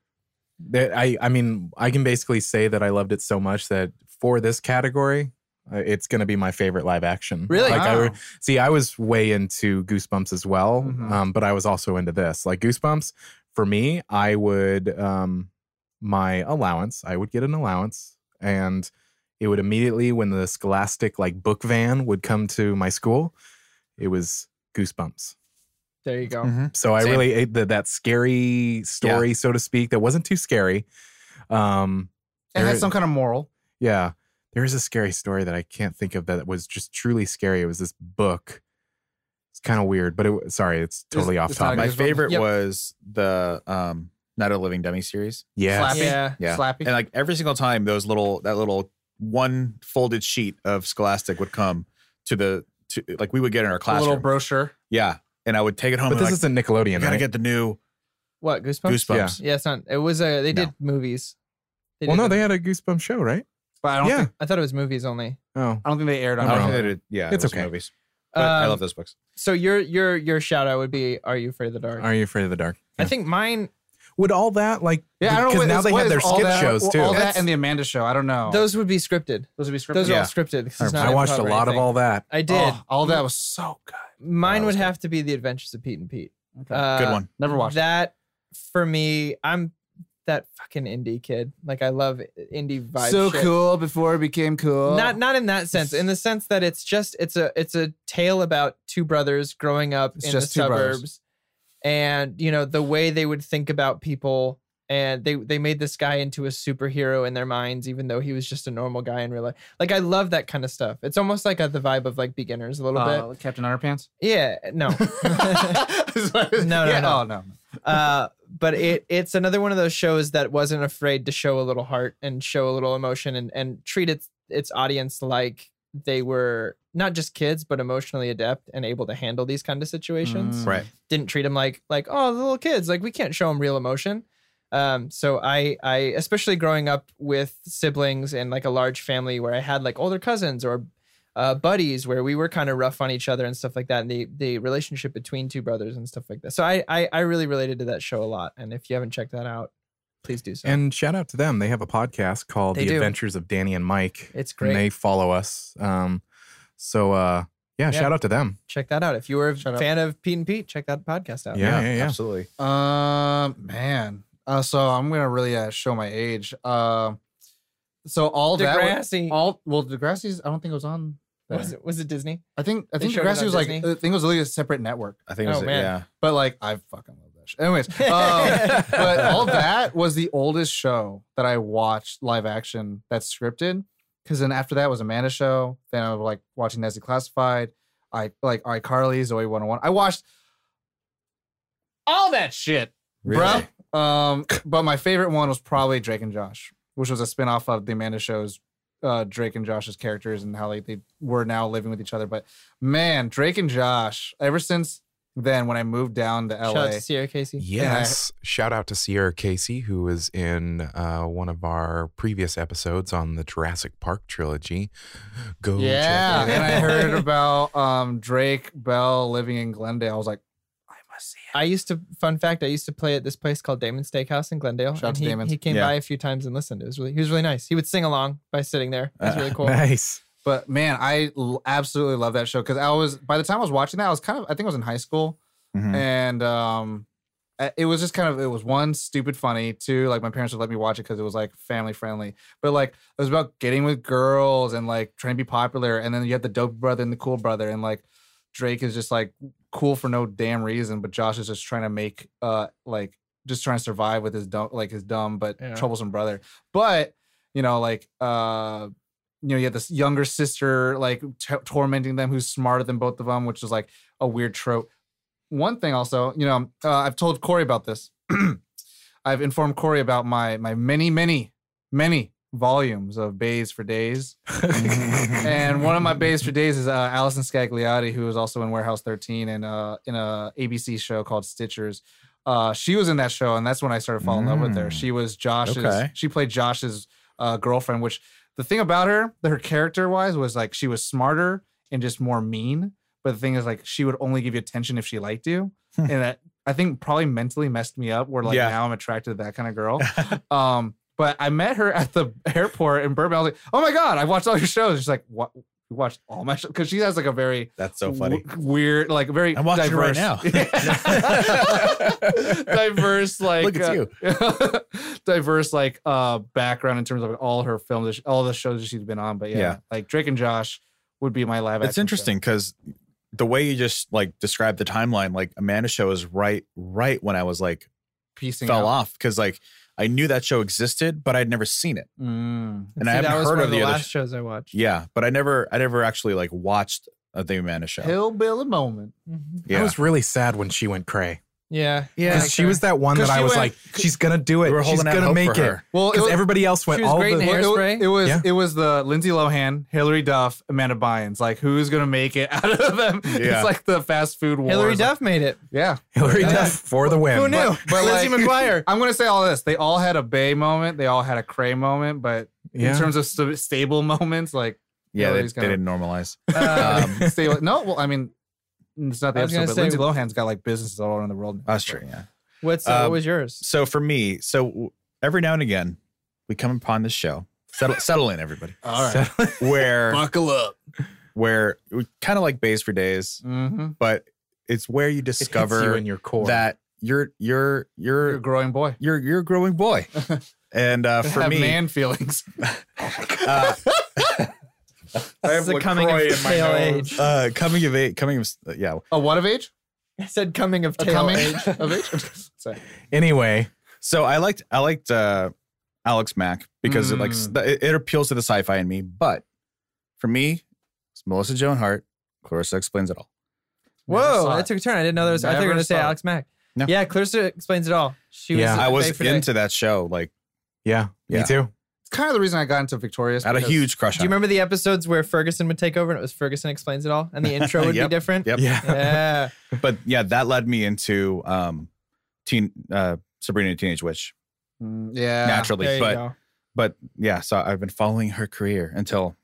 S5: That- I I mean, I can basically say that I loved it so much that for this category, uh, it's going to be my favorite live action.
S1: Really?
S5: Like I
S3: Wow.
S5: re- see, I was way into Goosebumps as well,
S3: Mhm.
S5: um, but I was also into this. Like Goosebumps, for me, I would um, my allowance. I would get an allowance, and it would immediately when the Scholastic like book van would come to my school, it was Goosebumps.
S1: There you go.
S2: Mhm.
S5: So I
S2: Same.
S5: really ate the, that scary story, so to speak, that wasn't too scary. Um,
S3: It
S5: there-
S3: had some kind of moral.
S5: yeah, there is a scary story that I can't think of that was just truly scary. It was this book. It's kind of weird, but it wa- sorry, it's totally off
S3: it's not a
S5: topic.
S2: My
S3: Goosebumps.
S2: favorite
S1: Yep.
S2: was the um, Night of the Living Dummy series.
S5: Yeah,
S3: Slappy.
S1: Yeah.
S2: Yeah.
S3: Slappy.
S2: And like every single time, those little that little one folded sheet of Scholastic would come to the to like we would get in our
S3: a
S2: classroom.
S3: little brochure.
S2: yeah, and I would take it home.
S5: but
S2: and
S5: this
S2: like,
S5: isn't
S2: you
S5: Nickelodeon.
S2: gotta
S5: Right?
S2: get the new
S1: What Goosebumps?
S2: Goosebumps.
S1: Yeah, it's not. It was a. They did movies. They
S5: well,
S1: did
S5: no,
S1: them.
S5: they had a Goosebumps show, right?
S3: But I don't
S5: Yeah.
S3: think
S1: I thought it was movies only.
S5: Oh,
S3: I don't think they aired
S5: I
S3: on.
S5: don't
S2: I
S5: know.
S2: don't
S3: Broadway.
S2: think they did- yeah,
S5: It's
S2: it was
S5: okay.
S2: Movies, but I
S1: Um,
S2: love those books.
S1: So your your your shout out would be "Are You Afraid of the
S3: Uh,
S1: Dark?"
S5: Are you afraid of the dark?
S1: I think mine.
S5: Would all that like?
S3: Yeah, I don't know.
S5: because
S3: what
S5: now
S3: is-
S5: they
S3: what
S5: have
S3: is
S5: their
S3: all
S5: skip
S3: that-
S5: shows too.
S3: All that and the Amanda show. I don't know.
S1: Those would be scripted.
S3: those would be scripted.
S1: Those are
S2: Yeah.
S1: all scripted. 'cause it's not
S5: Oh. I watched a
S1: improv or
S5: lot of
S1: anything.
S5: all that.
S1: I did.
S3: Oh, all that was so good.
S1: Mine
S2: that
S1: would
S2: was good.
S1: have to be The Adventures of Pete and Pete.
S3: Okay.
S2: Good
S1: Uh,
S2: one.
S3: Never watched. it.
S1: That for me, I'm that fucking indie kid. Like I love indie vibes.
S3: so cool before it became cool.
S1: Not not in that sense. In the sense that it's just it's a it's a tale about two brothers growing up
S3: It's
S1: in
S3: just
S1: the
S3: two brothers.
S1: suburbs, and you know the way they would think about people. And they they made this guy into a superhero in their minds, even though he was just a normal guy in real life. Like I love that kind of stuff. It's almost like at the vibe of like beginners a little
S3: uh,
S1: bit.
S3: Captain Underpants.
S1: Yeah, no. No, no,
S3: yeah,
S1: no.
S3: Oh no.
S1: Uh, but it it's another one of those shows that wasn't afraid to show a little heart and show a little emotion and and treat its its audience like they were not just kids but emotionally adept and able to handle these kind of situations.
S3: Mm.
S2: Right.
S1: Didn't treat them like like oh little kids like we can't show them real emotion. Um, so I I especially growing up with siblings and like a large family where I had like older cousins or uh, buddies where we were kind of rough on each other and stuff like that, and the the relationship between two brothers and stuff like that. So I I, I really related to that show a lot. And if you haven't checked that out, please do so.
S5: And shout out to them. They have a podcast called
S1: They
S5: The
S1: do.
S5: Adventures of Danny and Mike.
S1: It's
S5: And
S1: great.
S5: they follow us. Um, so uh, yeah,
S1: Yeah.
S5: shout out to them.
S1: check that out. If you were a
S3: Shut up.
S1: fan of Pete and Pete, check that podcast out.
S5: Yeah, yeah, yeah.
S2: absolutely.
S3: Um, man. Uh, so I'm gonna really uh, show my age. Um, so all that.
S1: Degrassi.
S3: Was, all well, Degrassi's. I don't think it was on. There.
S1: was it was it Disney?
S3: I think I
S1: They
S3: think
S1: showed it
S3: Degrassi
S1: on
S3: was like
S1: Disney?
S3: I think it was really a separate network.
S2: I think it
S1: Oh,
S2: was
S1: man.
S2: yeah.
S3: But like I fucking love that Spanish. Anyways, um, but all that was the oldest show that I watched live action that's scripted. Because then after that was Amanda show. Then I was like watching Nazi Classified. I like iCarly, Zoe 101. I watched all that shit,
S2: Really?
S3: bro. Um, but my favorite one was probably Drake and Josh, which was a spinoff of the Amanda show's uh, Drake and Josh's characters and how like they were now living with each other. But man, Drake and Josh, ever since then, when I moved down to LA,
S1: Shout out to Sierra Casey.
S5: Yes. Shout out to Sierra Casey, who was in uh, one of our previous episodes on the Jurassic Park trilogy. Go check
S3: Yeah,
S5: it
S3: and I
S5: out.
S3: heard about um, Drake Bell living in Glendale. I was like, I must see
S1: I used to, fun fact, I used to play at this place called Damon's Steakhouse in Glendale.
S3: Shout out
S1: and
S3: to
S1: he,
S3: Damon's.
S1: he came
S2: Yeah.
S1: by a few times and listened. It was really, he was really nice. He would sing along by sitting there. It was really cool.
S5: Nice.
S3: it. But man, I l- absolutely love that show because I was by the time I was watching that, I was kind of I think I was in high school,
S2: Mhm.
S3: and um, I- it was just kind of it was one stupid funny, two like my parents would let me watch it because it was like family friendly. But like it was about getting with girls and like trying to be popular, and then you have the dope brother and the cool brother, and like Drake is just like cool for no damn reason, but Josh is just trying to make uh like just trying to survive with his dumb like his dumb but
S1: Yeah.
S3: troublesome brother. But you know, like uh you know, you have this younger sister like t- tormenting them who's smarter than both of them, which is like a weird trope. One thing also, you know, uh, I've told Corey about this. I've informed Corey about my my many, many, many volumes of Bays for Days
S2: Mm-hmm.
S3: and one of my bays for days is uh, Allison Scagliotti, who was also in Warehouse 13 and uh, in a ABC show called Stitchers. Uh, she was in that show, and that's when I started falling in love with her.
S2: Mm.
S3: She was Josh's.
S2: Okay.
S3: She played Josh's uh, girlfriend, which the thing about her, her character wise, was like she was smarter and just more mean. But the thing is, like, she would only give you attention if she liked you,
S2: Hmm.
S3: and that I think probably mentally messed me up. Where like
S2: Yeah.
S3: now I'm attracted to that kind of girl. Um, but I met her at the airport in Burbank. I was like, "Oh my god, I watched all your shows." She's like, "What? You watched all my shows?" Because she has like a very
S2: That's so funny.
S3: w- weird, like very.
S2: I'm watching it right
S3: diverse,
S2: now.
S3: diverse, like
S2: Look at you.
S3: you. diverse, like uh, background in terms of all her films, all the shows that she's been on. But yeah,
S2: Yeah.
S3: like Drake and Josh would be my live. action
S2: It's
S3: show.
S2: interesting because the way you just like described the timeline, like Amanda show is right, right when I was like
S3: Piecing
S2: fell
S3: out.
S2: off because like I knew that show existed, but I'd never seen it.
S3: Mm.
S2: And I haven't
S1: that was
S2: heard
S1: one
S2: of
S1: of the,
S2: the other
S1: last
S2: sh-
S1: shows I watched.
S2: Yeah, but I never, I never actually like watched uh, the Amanda show.
S3: Hillbilly moment.
S1: Mhm.
S2: yeah,
S5: I was really sad when she went cray
S1: Yeah.
S5: because she was that one
S3: 'Cause
S5: that I
S3: she
S5: was
S3: went-
S5: like, she's gonna do it.
S2: we were
S5: she's
S2: holding out
S5: gonna
S2: hope
S5: make
S2: for
S5: it.
S2: her.
S3: Well, it
S5: Because
S3: was-
S5: everybody else went
S1: she was
S5: all
S1: great in
S5: the.
S1: Hair-
S3: Well,
S1: Hairspray?
S3: It, it was
S5: Yeah.
S3: it was the Lindsay Lohan, Hillary Duff, Amanda Bynes. Like who's gonna make it out of them?
S2: Yeah.
S3: It's like the fast food war.
S1: Hillary Duff made it.
S3: Yeah.
S5: Hillary
S1: Yeah.
S5: Duff for the win.
S1: Who knew?
S3: but
S1: Lizzie
S3: like-
S1: McGuire.
S3: I'm gonna say all this. They all had a Bay moment. They all had a Cray moment. But
S5: Yeah.
S3: in terms of st- stable moments, like
S2: Yeah, they,
S3: Hillary's
S2: they
S3: gonna-
S2: didn't normalize.
S1: Uh,
S2: Um,
S3: stable. No, well, I mean, it's not the
S1: I was
S3: episode.
S1: gonna
S3: But
S1: say-
S3: Lindsay Lohan's got like businesses all around the world.
S2: that's true. Yeah.
S1: what's uh,
S2: um,
S1: what was yours?
S2: So for me, so w- every now and again, we come upon this show. Settle, settle in, everybody.
S3: All right.
S2: Where
S3: Buckle up.
S2: where kind of like Bays for Days,
S3: Mm-hmm.
S2: but it's where you discover
S5: you in your core.
S2: that you're you're
S3: You're a
S2: you're
S3: growing boy.
S2: you're you're a growing boy. and uh, for
S3: Have
S2: me,
S3: man feelings.
S2: uh,
S1: This is a coming of tail age.
S2: uh, coming of age, coming of uh, yeah,
S3: A what of age?
S1: I said coming of
S3: A
S1: tail
S3: coming
S1: age.
S3: of age. Sorry.
S5: anyway,
S2: So I liked I liked uh, Alex Mack because it like
S1: Mm.
S2: s- it, it appeals to the sci-fi in me. But for me, it's Melissa Joan Hart. Clarissa explains it all.
S3: Never
S1: Whoa,
S3: saw
S1: that
S3: it.
S1: took a turn. I didn't know there was. I thought you were
S3: Never
S1: gonna say
S3: saw it.
S1: Alex Mack.
S2: No.
S1: Yeah, Clarissa explains it all. She was.
S5: Yeah.
S1: in
S2: I was
S1: Bay for Day.
S2: into that show, like
S5: yeah,
S2: Yeah.
S5: me too.
S3: It's kind of the reason I got into Victorious.
S2: had a
S3: because-
S2: huge crush.
S1: Do you
S2: on
S1: remember the episodes where Ferguson would take over and it was Ferguson explains it all, and the intro would
S2: Yep.
S1: be different?
S2: Yep.
S5: Yeah.
S1: Yeah.
S2: It. But yeah, that led me into um, teen uh, Sabrina the Teenage Witch
S3: Mm, yeah.
S1: Ah, there
S2: naturally.
S1: you
S2: But
S1: go.
S2: but yeah, so I've been following her career until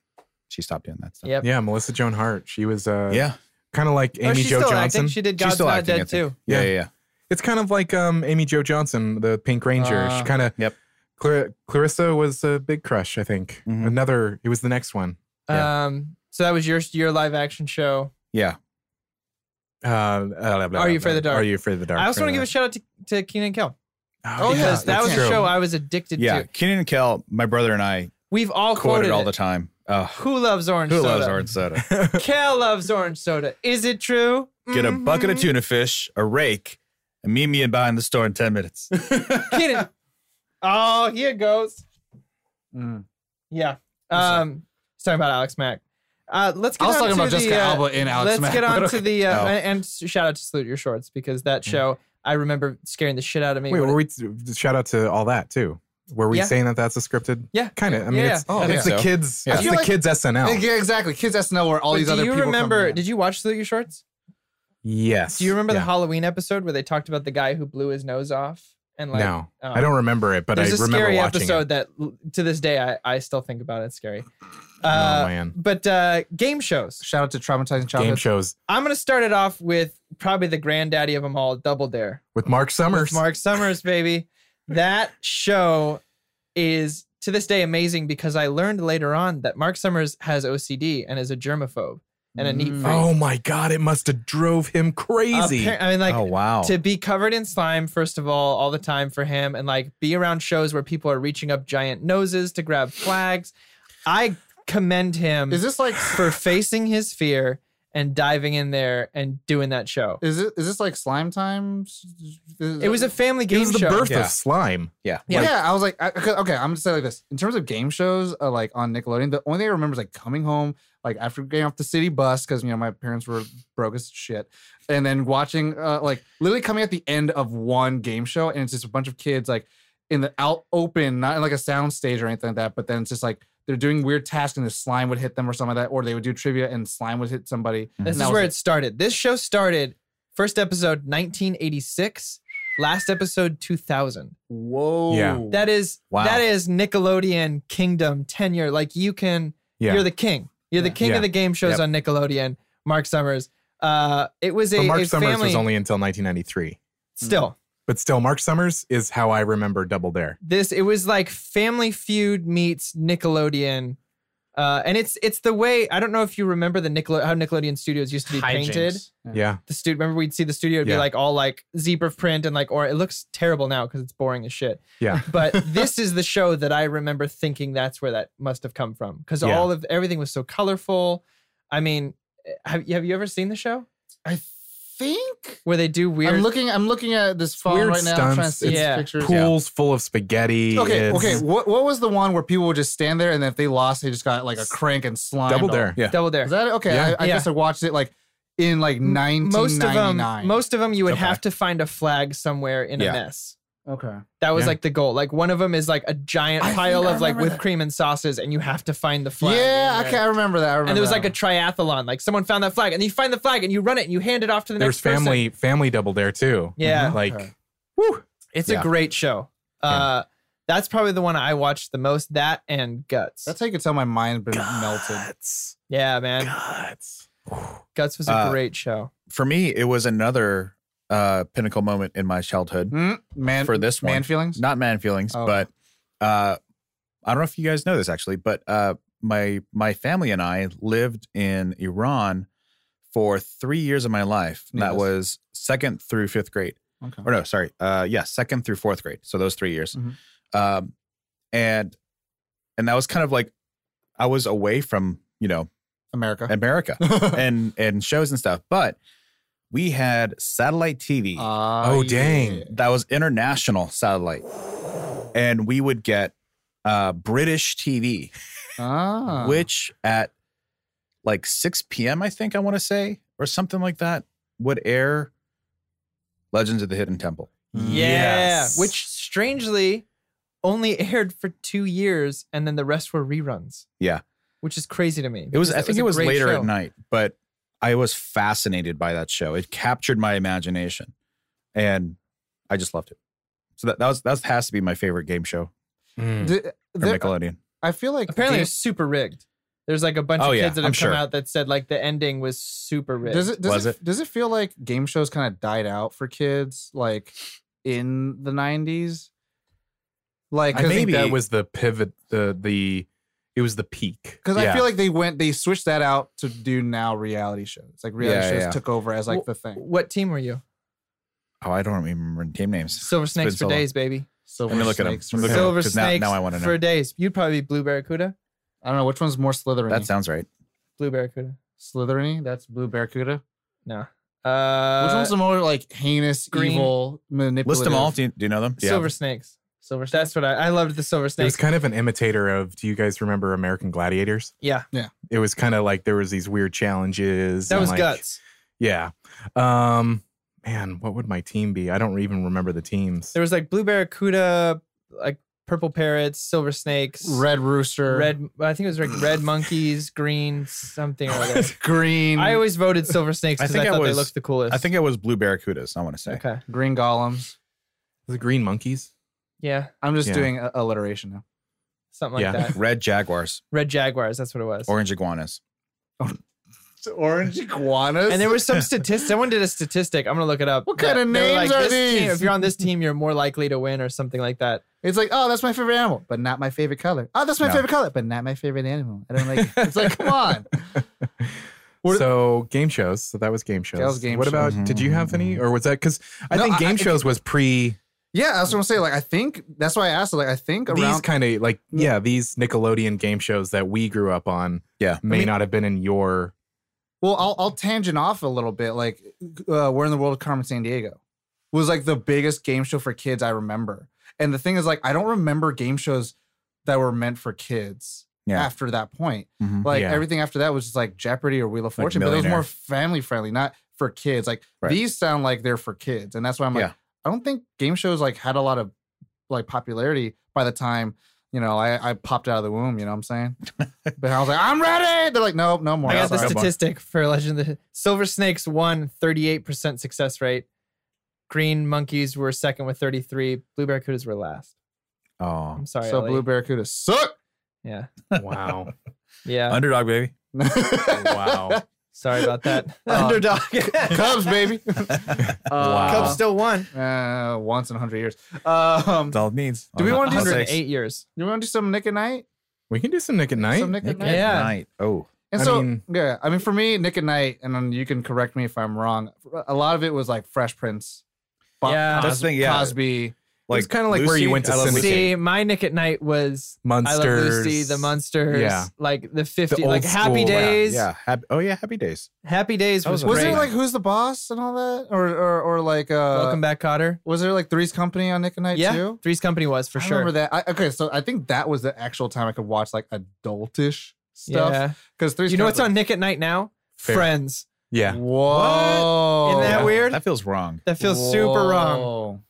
S2: she stopped doing that stuff.
S1: Yep.
S5: Yeah, Melissa Joan Hart. She was uh,
S2: Yeah,
S5: kind of like
S1: oh,
S5: Amy
S1: she's
S5: Jo
S1: still
S5: Johnson.
S1: acting. She did
S2: she's
S1: God's
S2: still
S1: Not
S2: acting. I
S1: Dead
S2: think.
S1: too.
S2: Yeah,
S5: Yeah.
S2: yeah, yeah.
S5: It's kind of like um, Amy Jo Johnson, the Pink Ranger.
S3: Ah.
S5: she kind of.
S2: Yep.
S5: Clar- Clarissa was a big crush, I think.
S2: Mhm.
S5: Another. It was the next one.
S1: Um. So that was your your live action show.
S2: yeah.
S5: Uh, uh, blah, blah,
S1: Are You
S5: blah,
S1: Afraid of the
S5: blah.
S1: Dark?
S5: Are you afraid of the dark?
S1: I also want to give a shout out to to Keenan Kel
S5: Oh,
S3: yeah,
S1: because that
S5: that's
S1: was
S5: true.
S1: a show I was addicted
S2: Yeah,
S1: to.
S2: Kenan and Kel, my brother and I
S1: We've all
S2: quote
S1: quoted
S2: it all
S1: it.
S2: the time. Oh,
S1: Who loves orange
S2: who
S1: soda?
S2: loves orange soda?
S1: Cal loves orange soda. Is it true?
S2: Get a bucket of
S1: Mhm.
S2: tuna fish, a rake, and meet me in behind the store in 10 minutes.
S1: Get it. Oh, here it goes.
S3: Mm.
S1: Yeah. Um, he's talking about Alex Mack. Uh, let's get
S3: I was
S1: on
S3: talking
S1: to
S3: about
S1: the,
S3: Jessica
S1: uh,
S3: Alba in Alex
S1: Let's
S3: Mack,
S1: get
S3: but
S1: on
S3: okay.
S1: to the uh,
S2: Oh.
S1: and and shout out to Salute Your Shorts because that show I remember scaring the shit out of me.
S5: Mm. Wait,
S1: when
S5: were
S1: it-
S5: we shout out to all that too? Were we
S1: Yeah.
S5: saying that that's a scripted?
S1: Yeah.
S5: kind of. I mean,
S1: Yeah,
S5: it's,
S3: yeah. Oh,
S5: it's
S2: yeah.
S5: the kids.
S2: Yeah.
S5: It's
S3: I feel
S5: the
S3: like-
S5: kids SNL.
S3: Yeah, exactly. Kids SNL where all
S1: But
S3: these
S1: do
S3: other
S1: you
S3: people
S1: remember?
S3: come in.
S1: Did you watch Salute Your Shorts?
S5: yes.
S1: Do you remember
S5: Yeah.
S1: the Halloween episode where they talked about the guy who blew his nose off? And like,
S5: no,
S1: oh.
S5: I don't remember it, but I
S1: There's a
S5: remember
S1: scary
S5: watching
S1: episode
S5: it.
S1: that l- to this day I, I still think about. It. It's scary. Uh,
S5: oh man,
S1: But uh, game shows.
S3: Shout out to traumatizing childhood.
S5: game shows
S1: I'm gonna start it off with probably the granddaddy of them all, Double Dare.
S5: with Mark Summers.
S1: With Mark Summers, baby. That show is to this day amazing because I learned later on that Mark Summers has OCD and is a germaphobe and a neat freak.
S5: Oh my god, it must have drove him crazy.
S1: Appar- I mean, like
S2: oh, wow.
S1: to be covered in slime first of all all the time for him and like be around shows where people are reaching up giant noses to grab flags i commend him
S3: Is this like
S1: for facing his fear and diving in there and doing that show
S3: is it is this like slime times?
S1: it was a family
S5: It
S1: game
S5: was the
S1: show
S5: birth
S2: Yeah.
S5: of slime.
S2: yeah.
S1: Yeah.
S3: Yeah. I was like, I, okay, okay, I'm gonna say it like this. In terms of game shows, uh, like on Nickelodeon, the only thing I remember is like coming home, like after getting off the city bus, because you know my parents were broke as shit, and then watching, uh, like literally coming at the end of one game show, and it's just a bunch of kids like in the out open, not in like a sound stage or anything like that, but then it's just like they're doing weird tasks, and the slime would hit them or something like that, or they would do trivia and slime would hit somebody.
S1: this
S3: And that
S1: is
S3: was
S1: where
S3: it.
S1: it started this show started first episode 1986 last episode 2000 Oh,
S3: Whoa,
S5: Yeah.
S1: that is
S2: Wow.
S1: that is nickelodeon kingdom tenure like you can
S5: Yeah.
S1: You're the king. You're the
S3: Yeah.
S1: king
S5: Yeah.
S1: of the game shows
S5: Yep.
S1: on Nickelodeon. Mark Summers. Uh, it was a,
S5: but Mark
S1: a
S5: Summers
S1: family.
S5: was only Mm. until 1993.
S1: still,
S5: But still, Mark Summers is how I remember Double Dare.
S1: this it was like Family Feud meets Nickelodeon. Uh, and it's it's the way I don't know if you remember the Nickel how Nickelodeon studios used to be painted.
S3: Yeah.
S5: Yeah.
S1: The studio remember we'd see the studio would be
S5: Yeah.
S1: like all like zebra print and like or it looks terrible now because it's boring as shit.
S5: Yeah.
S1: But this is the show that I remember thinking that's where that must have come from because
S5: Yeah.
S1: all of everything was so colorful. I mean, eh, have have you ever seen the show?
S3: I think.
S1: where they do weird.
S3: I'm looking. I'm looking at this phone
S5: weird
S3: right now. I'm trying to
S5: stunts.
S3: see its
S1: Yeah.
S3: pictures.
S5: Pools full of spaghetti.
S3: Okay,
S5: It's
S3: okay. What what was the one where people would just stand there and if they lost, they just got like a crank and slime?
S5: Double Dare.
S2: Yeah.
S1: Double Dare.
S3: Is that okay?
S5: Yeah.
S3: I, I
S1: Yeah.
S3: guess I watched it like in like
S1: most of
S3: 1999.
S1: them, most of them, you would
S2: Okay.
S1: have to find a flag somewhere in a
S2: Yeah.
S1: mess.
S3: okay.
S1: That was
S5: Yeah.
S1: like the goal. Like one of them is like a giant
S3: I think
S1: pile
S3: I
S1: of like
S3: remember
S1: whipped
S3: that.
S1: cream and sauces, and you have to find the flag.
S3: yeah,
S1: in
S3: okay, I remember that. I remember.
S1: And there was
S3: that
S1: like a
S3: one.
S1: triathlon. Like someone found that flag, and you find the flag, and you run it, and you hand it off to the
S5: There's
S1: next person.
S5: family family Double Dare too. Mm-hmm.
S1: Yeah.
S5: Like,
S3: Okay.
S5: whew.
S1: It's a
S5: Yeah.
S1: great show. Uh, that's probably the one I watched the most. That and Guts.
S3: That's how you could tell my mind been melted.
S5: Guts.
S1: yeah, man.
S5: Guts.
S1: Guts was a
S2: Uh,
S1: great show.
S2: For me, it was another uh, pinnacle moment in my childhood.
S3: Mm, man,
S2: For this
S3: man
S2: one.
S3: feelings.
S2: Not man feelings,
S3: Oh.
S2: but uh, I don't know if you guys know this actually, but uh, my my family and I lived in Iran for three years of my life. And That
S3: Yes.
S2: was second through fifth grade.
S3: Okay.
S2: or no, sorry, uh, yeah, second through fourth grade. So those three years,
S3: Mhm.
S2: um, and and that was kind of like I was away from you know
S3: America.
S2: America and and shows and stuff, but we had satellite TV
S3: Uh,
S5: Oh, dang.
S2: that was international satellite, and we would get uh, British TV,
S3: Ah.
S2: which at like six p.m. I think I want to say or something like that would air Legends of the Hidden Temple.
S1: Mm. Yeah, which strangely only aired for two years, and then the rest were reruns.
S2: Yeah.
S1: which is crazy to me.
S2: It was.
S1: because
S2: I
S1: that
S2: think it
S1: a
S2: was
S1: great
S2: later
S1: show.
S2: at night, but I was fascinated by that show. It captured my imagination, and I just loved it. So that, that was that has to be my favorite game show
S5: Mm.
S3: Th-
S2: from
S3: there-
S2: Nickelodeon.
S3: I feel like
S1: Apparently,
S3: game-
S1: it's super rigged. There's like a bunch
S2: Oh,
S1: of
S2: yeah,
S1: kids that have
S2: I'm
S1: come
S2: sure.
S1: out that said like the ending was super rigged.
S3: Does it does
S2: Was
S3: it, does it feel like game shows kind of died out for kids like in the nineties? Like
S5: I think
S3: because
S5: that was the pivot. The the it was the peak.
S3: I
S5: Yeah.
S3: feel like they went they switched that out to do now reality shows. Like reality
S2: Yeah,
S3: shows
S2: yeah.
S3: took over as like the thing.
S1: What team were you?
S2: Oh, I don't remember game names.
S1: Silver Snakes
S2: been
S1: for
S2: so long.
S1: days, baby.
S3: Silver
S2: Let me look at 'em.
S3: Snakes
S2: Let me
S3: for-
S2: look at 'em.
S1: Silver
S2: 'cause now-
S1: Snakes
S2: now I wanna know.
S1: for days. You'd probably be Blue Barracuda.
S3: I don't know which one's more slithery.
S2: That sounds right.
S1: Blue Barracuda.
S3: slithery. That's blue barracuda.
S1: No. Uh,
S3: Which one's the more like heinous,
S1: Green.
S3: evil, manipulative?
S2: List them all. Do you, do you know them?
S1: Silver Snakes. Silver. That's what I. I loved the Silver
S5: It was
S1: Snakes.
S5: kind of an imitator of. Do you guys remember American Gladiators?
S1: yeah,
S5: It was kind of like there was these weird challenges.
S1: that
S5: and,
S1: was
S5: like,
S1: guts.
S5: Yeah. Um. Man, what would my team be? I don't even remember the teams.
S1: There was like blue barracuda, like purple parrots, silver snakes,
S3: Red Rooster.
S1: red. I think it was like red monkeys, green something or other.
S3: Green.
S1: I always voted silver snakes
S2: I
S1: because I,
S2: think I
S1: thought
S2: was-
S1: they looked the coolest.
S2: I think it was Blue Barracudas, I want to say.
S1: Okay.
S3: green golems.
S5: the Green Monkeys.
S1: Yeah,
S3: I'm just
S5: Yeah.
S3: doing a- alliteration now.
S1: something like
S5: Yeah.
S1: that.
S2: Red Jaguars,
S1: Red jaguars. That's what it was.
S2: Orange Iguanas.
S3: Orange iguanas.
S1: and there was some statistic. Someone did a statistic. I'm gonna look it up.
S3: What kind of
S1: they were
S3: names are
S1: "This team-
S3: these?"
S1: if you're on this team, you're more likely to win, or something like that.
S3: It's like, oh, that's my favorite animal, but not my favorite color. Oh, that's my
S2: No.
S3: favorite color, but not my favorite animal. I don't like it. It's like, come on. What-
S5: so game shows. So that was game shows.
S3: was game
S5: what about?
S2: shows.
S5: Did you have any, or was that? Because I
S3: No,
S5: think
S3: I-
S5: game
S3: I-
S5: shows was pre
S3: Yeah, that's what I'm saying. Like, I think that's why I asked. Like, I think
S5: these
S3: around
S5: kind of like yeah these Nickelodeon game shows that we grew up on.
S2: Yeah.
S5: may
S3: I mean-
S5: not have been in your.
S3: Well, I'll, I'll tangent off a little bit. Like, uh, Where in the World of Carmen San Diego was like the biggest game show for kids I remember. And the thing is, like, I don't remember game shows that were meant for kids
S2: Yeah.
S3: after that point.
S2: Mhm.
S3: Like,
S5: Yeah.
S3: everything after that was just like Jeopardy or Wheel of Fortune, but it was
S2: Millionaire.
S3: more family friendly, not for kids. Like,
S2: Right.
S3: these sound like they're for kids. And that's why I'm like,
S2: Yeah.
S3: I don't think game shows like had a lot of like popularity by the time. You know, I, I popped out of the womb. You know what I'm saying? but I was like, I'm ready. They're like, nope,
S5: Oh
S3: no more.
S1: I got the
S3: Sorry.
S1: statistic for Legend of the Silver Snakes won 38% success rate. Green monkeys were second with 33. Blue barracudas were last.
S5: Oh
S1: I'm sorry.
S3: so
S1: LA.
S3: blue barracuda suck.
S1: yeah.
S5: wow!
S1: Yeah.
S2: Underdog, baby.
S5: Wow.
S1: sorry about that.
S3: Um,
S1: Underdog.
S3: Cubs, baby.
S5: Wow.
S1: Uh, Cubs still won.
S3: Uh, once in a hundred years. Um,
S2: That's all it needs.
S3: Do we wanna do
S1: 108 years.
S3: you want to do some Nick at Night?
S5: We can do some Nick at Night.
S3: Some Nick, at Night.
S1: Yeah.
S2: Night. Oh.
S3: And
S5: I
S3: so,
S5: mean-
S3: yeah, I mean, for me, Nick at Night, and then you can correct me if I'm wrong. A lot of it was like Fresh Prince. Bob
S1: Yeah.
S2: That's the thing, yeah.
S3: Cosby.
S5: was kinda like where you went to
S2: I love
S5: syndicate.
S2: Lucy.
S1: See, my nick at night was
S5: Monsters.
S1: I Love Lucy, The Munsters,
S5: Yeah.
S1: like the 50,
S5: The
S1: like
S5: old
S1: Happy
S5: school, yeah,
S1: Days.
S2: Yeah. Happy, oh, yeah. Happy Days.
S1: Happy Days
S2: That
S1: was,
S2: was
S3: Was
S1: great.
S3: there like Who's the Boss and all that, or or, or like uh,
S1: Welcome back, Cotter.
S3: was there like Three's Company on Nick at Night
S1: Yeah.
S3: too?
S1: Three's Company was for
S3: I
S1: sure.
S3: remember that. I, okay, so I think that was the actual time I could watch like adultish stuff
S1: Yeah.
S3: because Three's.
S1: You know what's
S3: Company-
S1: on Nick at Night now?
S5: Fair.
S1: Friends.
S5: Yeah,
S3: Whoa!
S1: Isn't that
S2: Yeah.
S1: weird?
S2: That feels wrong.
S1: That feels super wrong.
S3: Whoa.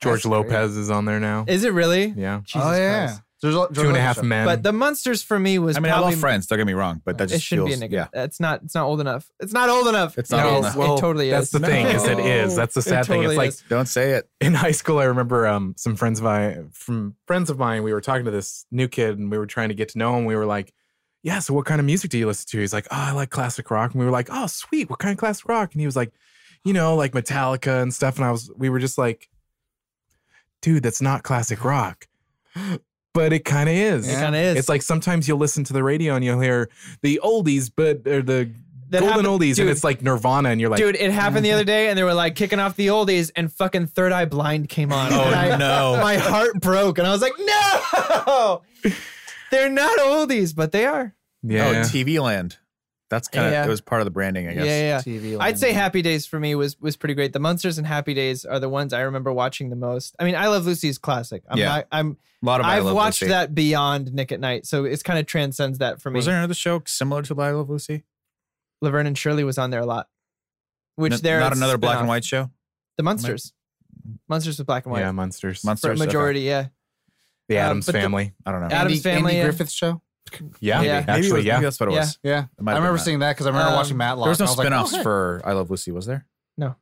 S5: George
S3: That's
S5: Lopez is on there now.
S1: Is it really?
S5: yeah,
S1: Jesus
S3: oh yeah,
S1: Christ.
S3: There's a- there's
S5: Two and
S3: another
S5: a Half
S3: show.
S5: Men.
S1: But the Munsters for me was
S2: I mean, I
S1: probably
S2: love Friends. Don't get me wrong, but that
S1: It
S2: just
S1: shouldn't
S2: feels.
S1: be a Nick.
S2: yeah.
S1: It's not. It's not old enough. It's not old enough.
S2: It's
S1: It
S2: not
S1: is.
S2: old
S5: No,
S2: enough.
S5: well,
S1: it totally
S5: that's
S1: is.
S5: the thing is it
S2: No.
S5: is. That's the
S1: It
S5: sad thing.
S1: totally
S5: It's like
S1: is.
S2: Don't say it.
S5: in high school, I remember um, some friends of I, from friends of mine. We were talking to this new kid, and we were trying to get to know him. We were like, "Yeah, so what kind of music do you listen to?" He's like, "Oh, I like classic rock." And we were like, "Oh, sweet, what kind of classic rock?" And he was like, "You know, like Metallica and stuff." And I was, we were just like, "Dude, that's not classic rock," but it kind of is.
S1: It
S3: Yeah.
S1: kind of is.
S5: It's like sometimes you'll listen to the radio and you'll hear the oldies, but or the
S1: That
S5: golden
S1: happened-
S5: oldies,
S1: dude.
S5: and it's like Nirvana, and you're like, Mm-hmm.
S1: Dude, it happened the other day, and they were like kicking off the oldies, and fucking Third Eye Blind came on.
S2: Oh,
S1: and I-
S2: no.
S1: My heart broke, and I was like, no, they're not oldies, but they are.
S5: yeah,
S2: Oh, TV Land. That's kind of.
S1: Yeah.
S2: It was part of the branding, I
S1: Yeah,
S2: guess.
S1: yeah. yeah.
S3: TV.
S1: I'd
S3: land.
S1: say Happy Days for me was was pretty great. The Munsters and Happy Days are the ones I remember watching the most. I mean, I Love Lucy's classic. I'm
S2: Yeah.
S1: not, I'm
S2: A lot of. I
S1: I've
S2: Love
S1: watched
S2: Lucy.
S1: that beyond Nick at Night, so it's kind of transcends that for me.
S2: Was there another show similar to I Love Lucy?
S1: Laverne and Shirley was on there a lot, which
S2: N-
S1: there
S2: not another black and white show.
S1: The Munsters, Munsters with black and white
S5: yeah, monsters,
S1: for a
S2: Monsters. okay.
S1: majority. Yeah,
S5: the
S1: Uh,
S5: Adams
S1: but the-
S5: Family.
S2: I don't know.
S1: Adam's
S3: Andy,
S1: Family,
S3: Andy
S1: yeah.
S3: Griffith show.
S1: Yeah.
S5: Yeah,
S2: Maybe
S5: maybe.
S2: it
S5: actually,
S2: was-
S5: yeah.
S2: maybe that's what it
S1: Yeah.
S2: was.
S3: Yeah,
S2: It might
S3: I
S2: have been
S3: remember
S2: that.
S3: seeing that because I remember
S1: Um,
S3: watching Matlock.
S2: There was no
S3: and I like,
S2: spin-offs
S3: oh, hey.
S2: for I Love Lucy, was there?
S1: No.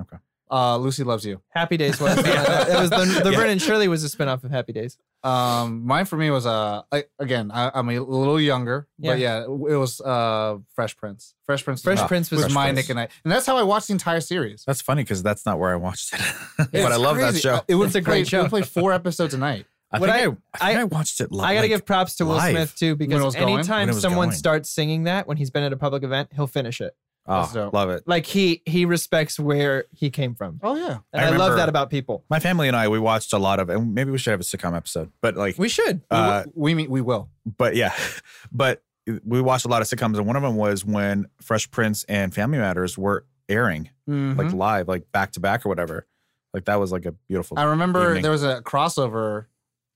S2: Okay.
S3: uh, Lucy Loves You.
S1: Happy Days was.
S2: Yeah.
S1: It was the, Laverne
S2: Yeah.
S1: and Shirley was a spinoff of Happy Days.
S3: Um, mine for me was uh, I, again, I, I'm a little younger, but yeah, it was uh, Fresh Prince. Fresh Prince.
S1: Fresh
S3: was,
S1: Prince was
S3: was
S2: Ah, Fresh
S3: my
S2: Prince.
S3: Nick and Night, and that's how I watched the entire series.
S2: That's funny because that's not where I watched it.
S3: It's
S2: but I love that
S3: crazy.
S2: show.
S3: Uh, It was
S1: It's a
S3: a
S1: great
S3: great
S1: show.
S3: show. We played four episodes a night.
S2: I
S1: What
S2: think I, I,
S1: I-
S2: think I watched it. Li-
S1: I got to
S2: like,
S1: give props to Will
S2: live.
S1: Smith too,
S3: When it
S1: because
S3: was going?
S2: When
S1: anytime
S2: it was
S1: someone
S2: going.
S1: starts singing that when he's been at a public event, he'll finish it.
S3: That's
S2: Oh,
S3: dope.
S2: love it.
S1: Like he he respects where he came from,
S3: Oh yeah,
S1: and
S2: I
S1: I, love
S2: remember-
S1: that about people.
S2: My family and I we watched a lot of, and maybe we should have a sitcom episode. But like,
S1: We should.
S2: uh,
S3: we mean we will.
S2: but yeah, but we watched a lot of sitcoms, and one of them was when Fresh Prince and Family Matters were airing like
S1: Mm-hmm.
S3: Mhm.
S2: live, like back to back or whatever. Like that was like a beautiful.
S3: I remember
S2: evening.
S3: there was a crossover,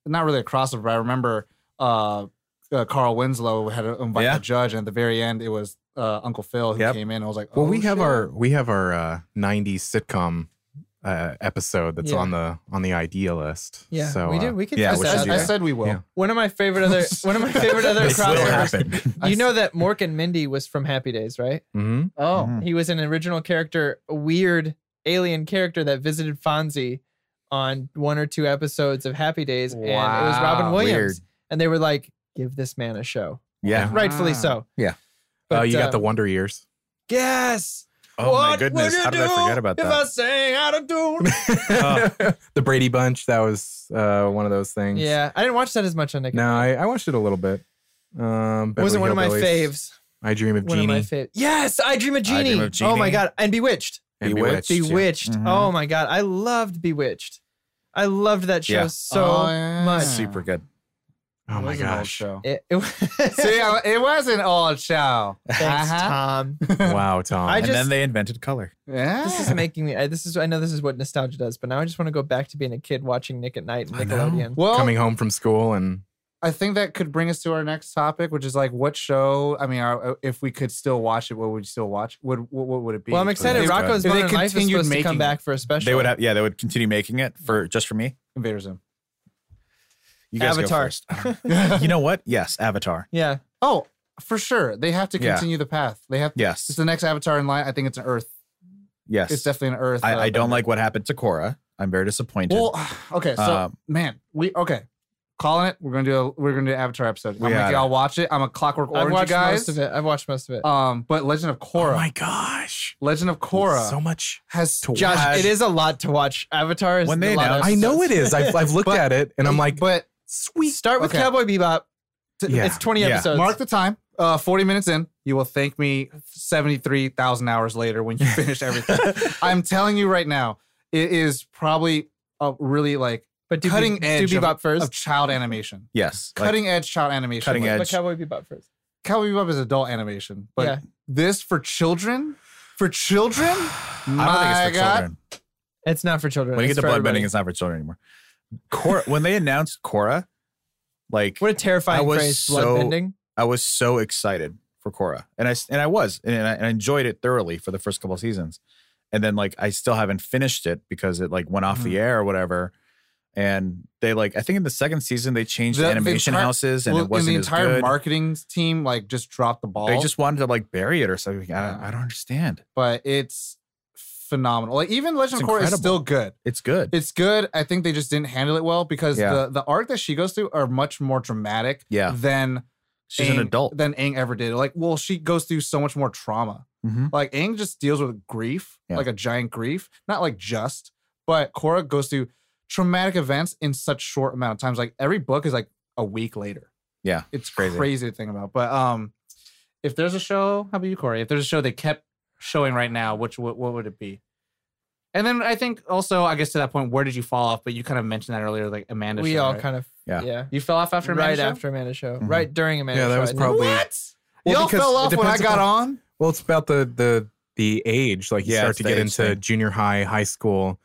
S3: not really a crossover, but I remember uh, uh, Carl Winslow had invited
S2: Yeah.
S3: the judge, and at the very end, it was uh, Uncle Phil who
S2: Yep.
S3: came in. I was like,
S5: Well,
S3: oh,
S5: we have
S3: shit.
S5: our we have our uh, '90s sitcom uh, episode that's
S1: Yeah.
S5: on the on the idea list.
S1: Yeah,
S5: so,
S1: we
S5: uh,
S1: do. We could
S2: yeah,
S1: test
S2: we
S3: I,
S1: that.
S2: should do
S3: I
S2: that.
S3: said we will.
S5: Yeah.
S1: One of my favorite other one of my favorite other
S2: This will
S1: crossovers.
S2: happen.
S1: You know that Mork and Mindy was from Happy Days, right?
S5: Mhm.
S3: Oh,
S2: Mhm.
S1: He was an original character, a weird alien character that visited Fonzie on one or two episodes of Happy Days, and it was Robin
S3: Wow.
S1: Williams.
S2: Ah, Weird.
S1: And they were like, "Give this man a show,"
S2: Yeah.
S1: rightfully
S3: Ah.
S1: so.
S2: Yeah.
S5: Oh, you got
S1: um,
S5: the Wonder Years.
S1: yes.
S2: Oh my
S1: What would
S2: goodness!
S1: you
S2: How did I
S1: do
S2: forget about
S1: If I
S2: that? Oh,
S1: sang out of tune.
S5: the Brady Bunch. That was uh, one of those things.
S1: yeah, I didn't watch that as much on Nick.
S5: No, I, I watched it a little bit. Um,
S1: it wasn't
S5: Beverly
S1: one of my
S5: Hillbillies,
S1: faves.
S5: I Dream of
S1: One of
S5: Jeannie.
S1: my faves. Yes, I Dream of
S2: I
S1: Genie.
S2: Dream of
S1: Oh my
S2: Jeannie.
S1: god, and Bewitched.
S5: and
S2: Bewitched.
S5: Bewitched, yeah.
S1: Bewitched.
S2: Mhm.
S1: Oh my god, I loved Bewitched. I loved that show
S2: Yeah.
S1: so
S3: Oh, yeah.
S1: much.
S2: Super good.
S5: Oh
S3: It
S5: my
S3: was an old
S5: gosh!
S3: show.
S1: It, it,
S3: See, I- it was an old show.
S1: Thanks,
S3: Uh-huh.
S1: Tom.
S5: Wow, Tom.
S1: I
S2: and
S1: just-
S2: then they invented color.
S3: Yeah.
S1: This is making me. I, this is. I know this is what nostalgia does, but now I just want to go back to being a kid watching Nick at Night and
S5: I know.
S1: Nickelodeon.
S3: well,
S5: Coming home from school and
S3: I think that could bring us to our next topic, which is like, what show? I mean, our, if we could still watch it, what would you still watch? Would what, what would it be?
S1: Well, I'm excited.
S2: If-
S1: Rocco's
S3: if they
S1: Modern Life is
S3: continued
S1: supposed to come
S3: making
S1: back for a special.
S2: They would have, yeah, they would continue making it for just for me.
S3: Invader Zim.
S2: You guys
S1: Avatar.
S2: go first. I don't know. you know what? Yes, Avatar.
S1: Yeah,
S3: Oh, for sure. They have to
S2: Yeah.
S3: continue the path. They have. It's
S2: Yes,
S3: the next Avatar in line. I think it's an Earth.
S2: yes.
S3: It's definitely an Earth.
S2: I,
S3: uh,
S2: I don't
S3: bender.
S2: like what happened to Korra. I'm very disappointed.
S3: Well, okay. So
S2: Um,
S3: man, we okay. Calling it. We're gonna do a we're gonna do an Avatar episode.
S2: We
S3: I'm
S2: got
S3: like,
S2: it.
S3: y'all watch it. I'm a Clockwork
S1: I've
S3: Orange, you
S1: watched
S3: guys.
S1: most of it. I've watched most of it.
S3: Um, but Legend of Korra.
S5: Oh my gosh!
S3: Legend of Korra
S5: So much.
S3: has
S5: to
S1: Josh,
S5: watch.
S1: it is a lot to watch. Avatar is
S2: When they
S1: a lot of
S2: announced-
S5: I know it
S1: episodes.
S5: is. I've, I've looked
S3: But-
S5: at it and I'm like,
S3: but
S5: sweet.
S1: Start with
S3: Okay.
S1: Cowboy Bebop. T-
S5: Yeah.
S1: It's 20
S2: Yeah.
S1: episodes.
S3: mark the time. Uh, 40 minutes in, you will thank me 73,000 hours later when you finish everything. I'm telling you right now, it is probably a really like
S1: but do
S3: cutting
S1: Be-
S3: edge
S1: do Bebop
S3: of,
S1: first.
S3: of child animation.
S2: yes, like,
S3: Cutting edge child animation.
S2: Cutting
S3: Like,
S2: edge.
S1: but Cowboy Bebop first.
S3: Cowboy Bebop is adult animation, but
S1: Yeah.
S3: this for children, for children,
S2: I don't think
S3: my
S2: it's for
S3: God,
S2: children.
S1: It's not for children.
S2: When you
S1: it's
S2: get
S1: for
S2: the blood
S1: everybody.
S2: bending, it's not for children anymore. Korra, when they announced Korra, like
S1: What a terrifying
S2: I was
S1: phrase,
S2: so-
S1: blood bending.
S2: I was so excited for Korra, and I s- and I was, and I, and I enjoyed it thoroughly for the first couple of seasons, and then like I still haven't finished it because it like went off
S3: Hmm.
S2: the air or whatever, and they like I think in the second season they changed the,
S3: The- the
S2: animation
S3: entire-
S2: houses and
S3: Well,
S2: it wasn't
S3: the
S2: as
S3: entire
S2: good.
S3: marketing team like just dropped the ball.
S2: They just wanted to like bury it or something. I don't,
S3: Yeah.
S2: I don't understand.
S3: but it's phenomenal. Like even Legend
S2: It's
S3: of Korra is
S2: incredible.
S3: still good.
S2: It's good.
S3: It's good. I think they just didn't handle it well because
S2: Yeah.
S3: the the arc that she goes through are much more dramatic
S2: Yeah.
S3: than
S2: She's
S3: Aang-
S2: an adult.
S3: than Aang ever did. Like, well, she goes through so much more trauma.
S2: Mhm.
S3: Like Aang just deals with grief,
S2: Yeah.
S3: like a giant grief, not like just, but Korra goes through traumatic events in such short amount of times. Like every book is like a week later.
S2: Yeah,
S3: it's
S2: crazy.
S3: crazy, to think about. But um, if there's a show, how about you, Corey? If there's a show they kept showing right now, which what, what would it be? And then I think also, I guess to that point, where did you fall off? But you kind of mentioned that earlier, like Amanda.
S1: we all kind of yeah.
S2: Yeah.
S3: you fell off after Amanda
S1: right
S3: show?
S1: after Amanda show,
S2: Mhm.
S1: right during Amanda.
S5: Yeah, that
S1: show,
S5: was
S1: I think.
S5: probably-
S3: What?
S5: Well,
S3: Y'all
S5: because
S3: fell
S5: it
S3: off when I
S5: depends
S3: got
S5: upon-
S3: on.
S5: Well, it's about the the the age. Like you
S2: Yeah,
S5: start
S2: it's
S5: to
S2: the
S5: get
S2: age
S5: into
S2: thing.
S5: junior high, high school.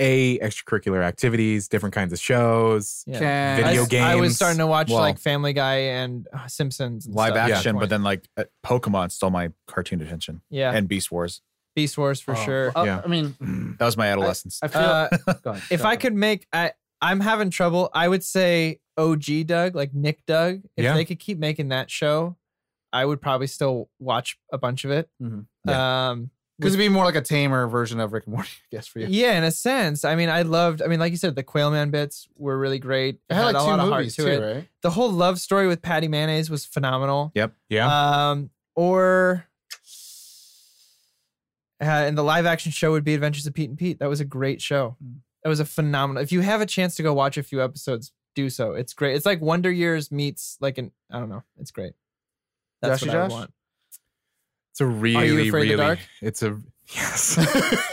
S5: A extracurricular activities, different kinds of shows.
S1: Yeah.
S3: Can-
S1: I,
S5: Video
S1: s- I was
S5: games.
S1: starting to watch
S2: Well-
S1: like Family Guy and uh, Simpsons and
S2: Live
S1: stuff at that
S2: action,
S1: point.
S2: but then like uh, Pokemon stole my cartoon attention
S1: yeah,
S2: and Beast Wars.
S1: Beast Wars for
S3: Oh,
S1: sure.
S3: uh,
S5: Yeah.
S3: I mean,
S2: That was my adolescence.
S3: I feel.
S1: Uh,
S3: go ahead,
S1: if I
S3: go ahead.
S1: could make, I I'm having trouble. I would say OG Doug, like Nick Doug. If
S5: Yeah.
S1: they could keep making that show, I would probably still watch a bunch of it.
S3: Mhm.
S1: Um,
S3: Because it'd be more like a tamer version of Rick and Morty, I guess, for you.
S1: Yeah, in a sense. I mean, I loved. I mean, like you said, the Quailman bits were really great. It
S3: It had like
S1: a
S3: two
S1: lot of heart
S3: movies
S1: to
S3: too,
S1: it.
S3: right?
S1: The whole love story with Patty Mayonnaise was phenomenal.
S5: Yeah.
S1: Um, or uh, and the live action show would be Adventures of Pete and Pete. That was a great show. That was a phenomenal. If you have a chance to go watch a few episodes, do so. It's great. It's like Wonder Years meets like an I don't know. It's great. That's
S3: Joshy
S1: what I would
S3: Josh?
S1: want.
S5: it's a really,
S1: Afraid
S5: really.
S1: of the Dark?
S5: It's a yes.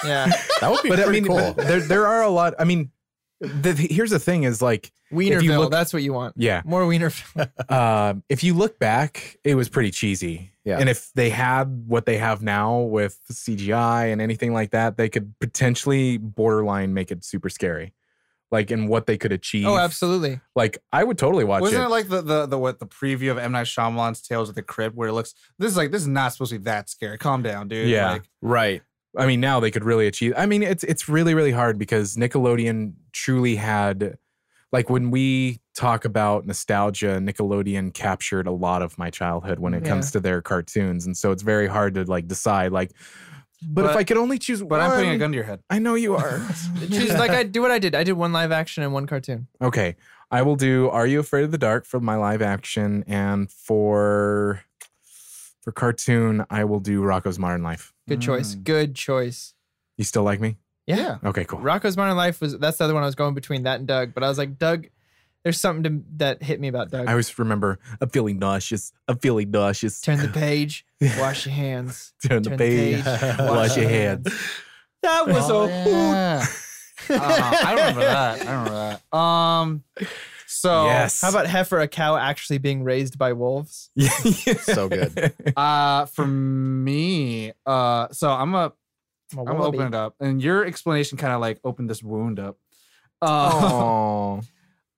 S1: Yeah,
S2: that would be
S5: but I
S2: pretty
S5: mean,
S2: cool.
S5: but there there are a lot. I mean, the, the- here's the thing is like,
S1: Wienerville.
S5: look-
S1: that's what you want.
S5: yeah,
S1: More Wienerville.
S5: um, if you look back, it was pretty cheesy.
S2: Yeah.
S5: And if they had what they have now with CGI and anything like that, they could potentially borderline make it super scary. Like in what they could achieve.
S1: oh, absolutely.
S5: Like I would totally watch
S3: Wasn't
S5: it.
S3: it like the, the the what the preview of M Night Shyamalan's Tales of the Crypt, where it looks this is like this is not supposed to be that scary. Calm down, dude.
S5: Yeah.
S3: Like,
S2: Right.
S5: I mean, now they could really achieve. I mean, it's it's really really hard because Nickelodeon truly had, like, when we talk about nostalgia, Nickelodeon captured a lot of my childhood when it
S1: Yeah.
S5: comes to their cartoons, and so it's very hard to like decide like. But, if
S3: But-
S5: I could only choose
S3: but I'm putting a
S5: one-
S3: gun to your head.
S5: I know you are.
S1: Choose, like I do what I did. I did one live action and one cartoon.
S5: okay, I will do. Are you afraid of the dark for my live action, and for for cartoon, I will do Rocco's Modern Life.
S1: Good choice.
S3: Mm.
S1: Good choice.
S5: You still like me?
S1: Yeah.
S5: Okay, cool.
S1: Rocco's Modern Life was that's the other one I was going between that and Doug, but I was like, Doug, there's something to, that hit me about Doug.
S5: I always remember I'm feeling nauseous. I'm feeling nauseous.
S1: Turn the page, wash your hands.
S5: Turn
S1: turn the page,
S5: wash your hands.
S1: That was
S3: Oh,
S1: a
S3: yeah. Uh, I remember that. I remember that. Um, so
S5: Yes.
S1: How about heifer a cow actually being raised by wolves?
S2: So good.
S3: uh, for me, uh, so I'm a
S1: I'm a
S3: I'm gonna
S1: wallaby.
S3: open it up, and your explanation kind of like opened this wound up. Uh,
S5: Oh,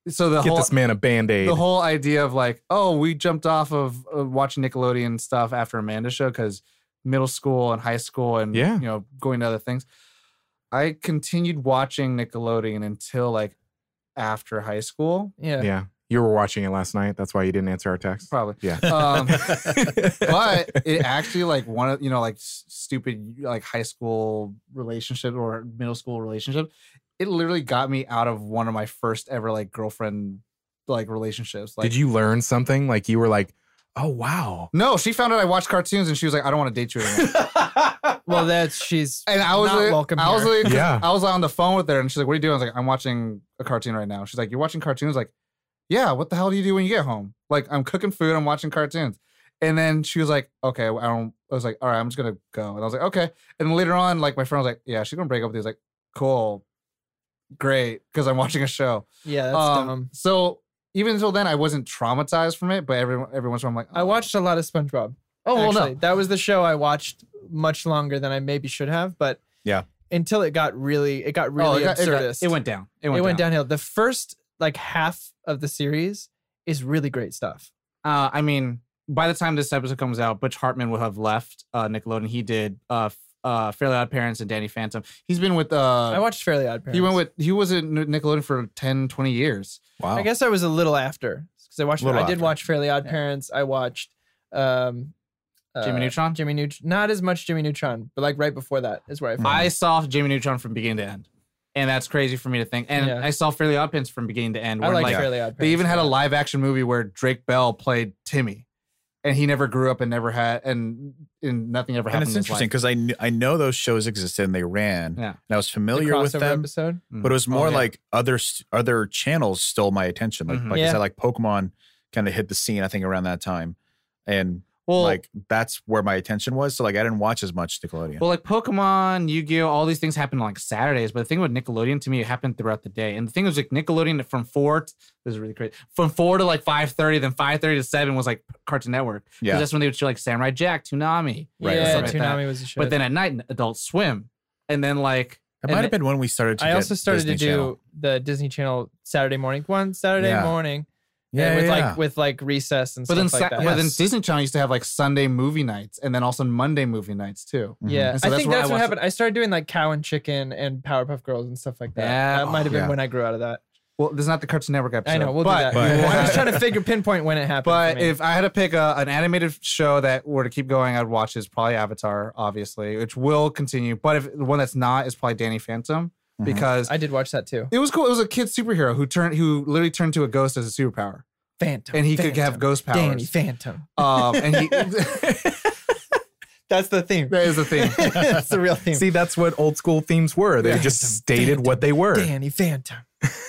S3: so the
S5: get
S3: whole
S5: this man a band aid.
S3: the whole idea of like, oh, we jumped off of, of watching Nickelodeon stuff after Amanda show because middle school and high school and
S5: Yeah.
S3: you know going to other things. I continued watching Nickelodeon until like after high school,
S1: Yeah.
S5: yeah, you were watching it last night. That's why you didn't answer our text.
S3: probably.
S5: Yeah.
S3: Um, but
S5: but
S3: it actually like one of you know like s- stupid like high school relationship or middle school relationship it literally got me out of one of my first ever like girlfriend like relationships like
S5: did you learn something? Like you were like, oh wow.
S3: no she found out i watched cartoons and she was like i don't want to date you anymore
S1: Well, that's she's
S3: and i was
S1: Not
S3: like,
S1: welcome
S3: i was
S1: here.
S3: like 'cause
S5: Yeah.
S3: i was on the phone with her and she's like what are you doing i was like i'm watching a cartoon right now she's like you're watching cartoons like yeah what the hell do you do when you get home like i'm cooking food i'm watching cartoons and then she was like okay i don't i was like all right i'm just gonna go and i was like okay and later on like my friend was like yeah she's gonna break up with you I was like cool great because i'm watching a show
S1: yeah, that's
S3: Um,
S1: dumb.
S3: so even until then i wasn't traumatized from it but every, every once in a while i'm like
S1: I
S3: "Oh."
S1: watched a lot of SpongeBob.
S3: oh well
S1: actually.
S3: no
S1: That was the show I watched much longer than I maybe should have, but
S2: Yeah.
S1: Until it got really it got
S3: oh,
S1: really
S3: it, got- it got-
S1: absurdist.
S3: it went down it
S1: it
S3: went,
S1: went, downhill. The first like half of the series is really great stuff.
S3: uh, I mean, by the time this episode comes out, Butch Hartman will have left uh, Nickelodeon. He did uh, f- uh, Fairly Odd Parents and Danny Phantom. He's been with.
S1: I
S3: Uh,
S1: watched Fairly Odd Parents.
S3: he went with. oh. He was at N- Nickelodeon for 10, 20 years.
S2: Wow.
S1: I guess I was a little after because I watched.
S2: Little
S1: I did
S2: after.
S1: watch Fairly Odd
S3: Yeah.
S1: Parents. I watched um,
S3: Jimmy
S1: uh,
S3: Neutron.
S1: Jimmy Neutron. Not as much Jimmy Neutron, but like right before that is where I. Found
S3: I saw Jimmy Neutron from beginning to end, and that's crazy for me to think. And
S1: Yeah.
S3: I saw Fairly Odd Parents from beginning to end.
S1: I
S3: where,
S1: like Fairly Odd Parents.
S3: They even had a live action movie where Drake Bell played Timmy, and he never grew up and never had and and nothing ever
S2: and
S3: happened.
S2: it's
S3: in his life.
S2: interesting because I, kn- I know those shows existed and they ran.
S3: Yeah.
S2: And I was
S1: The
S2: familiar with
S1: crossover
S2: them,
S1: episode.
S2: but it was
S3: Oh,
S2: more
S3: yeah.
S2: like other s- other channels stole my attention. Like,
S3: Mhm.
S2: like I
S1: Yeah.
S2: said, like Pokemon kind of hit the scene, I think, around that time. And
S3: well,
S2: like that's where my attention was. So like I didn't watch as much Nickelodeon.
S3: Well, like Pokemon, Yu Gi Oh, all these things happen on like Saturdays. But the thing with Nickelodeon to me, it happened throughout the day. And the thing was like Nickelodeon from four. t- this is really crazy. From four to like five thirty, then five thirty to seven was like Cartoon Network. 'Cause
S2: Yeah.
S3: that's when they would show like Samurai Jack, Toonami.
S2: Right,
S1: Yeah,
S2: something
S3: like that.
S1: Toonami was a shit.
S3: But then at night, Adult Swim, and then like
S2: it
S1: and
S2: might have
S1: it-
S2: been when we started to
S1: I
S2: get
S1: also started
S2: Disney
S1: to do
S2: Channel.
S1: the Disney Channel Saturday morning one Saturday
S2: Yeah.
S1: morning.
S2: Yeah,
S1: and with
S2: yeah,
S1: like
S2: yeah.
S1: with like recess and
S3: but then
S1: stuff
S3: Sa-
S1: like that.
S3: but then
S2: Yes.
S3: Disney Channel used to have like Sunday movie nights, and then also Monday movie nights too.
S2: Mhm.
S1: Yeah,
S3: And so
S1: I
S3: that's
S1: think
S3: where I
S1: that's what
S3: watched-
S1: happened. I started doing like Cow and Chicken and Powerpuff Girls and stuff like that.
S3: Yeah.
S1: that might have been
S2: Yeah.
S1: when I grew out of that.
S3: Well, this is not the Cartoon Network episode.
S1: I know we'll
S3: but,
S1: do that.
S2: but-
S1: I was trying to figure pinpoint when it happened. for
S3: But
S1: me.
S3: if I had to pick a, an animated show that were to keep going, I'd watch is probably Avatar, obviously, which will continue. But if the one that's not is probably Danny Phantom
S2: Mhm.
S3: because
S1: I did watch that too.
S3: it was cool. It was a kid superhero who turned who literally turned to a ghost as a superpower,
S1: Phantom.
S3: and he
S1: Phantom,
S3: could have ghost powers.
S1: Danny Phantom.
S3: um, and he
S1: That's the theme.
S3: that is the thing.
S1: That's the real theme.
S5: See, that's what old school themes were. They
S1: Yeah.
S5: just stated what they were.
S1: Danny Phantom.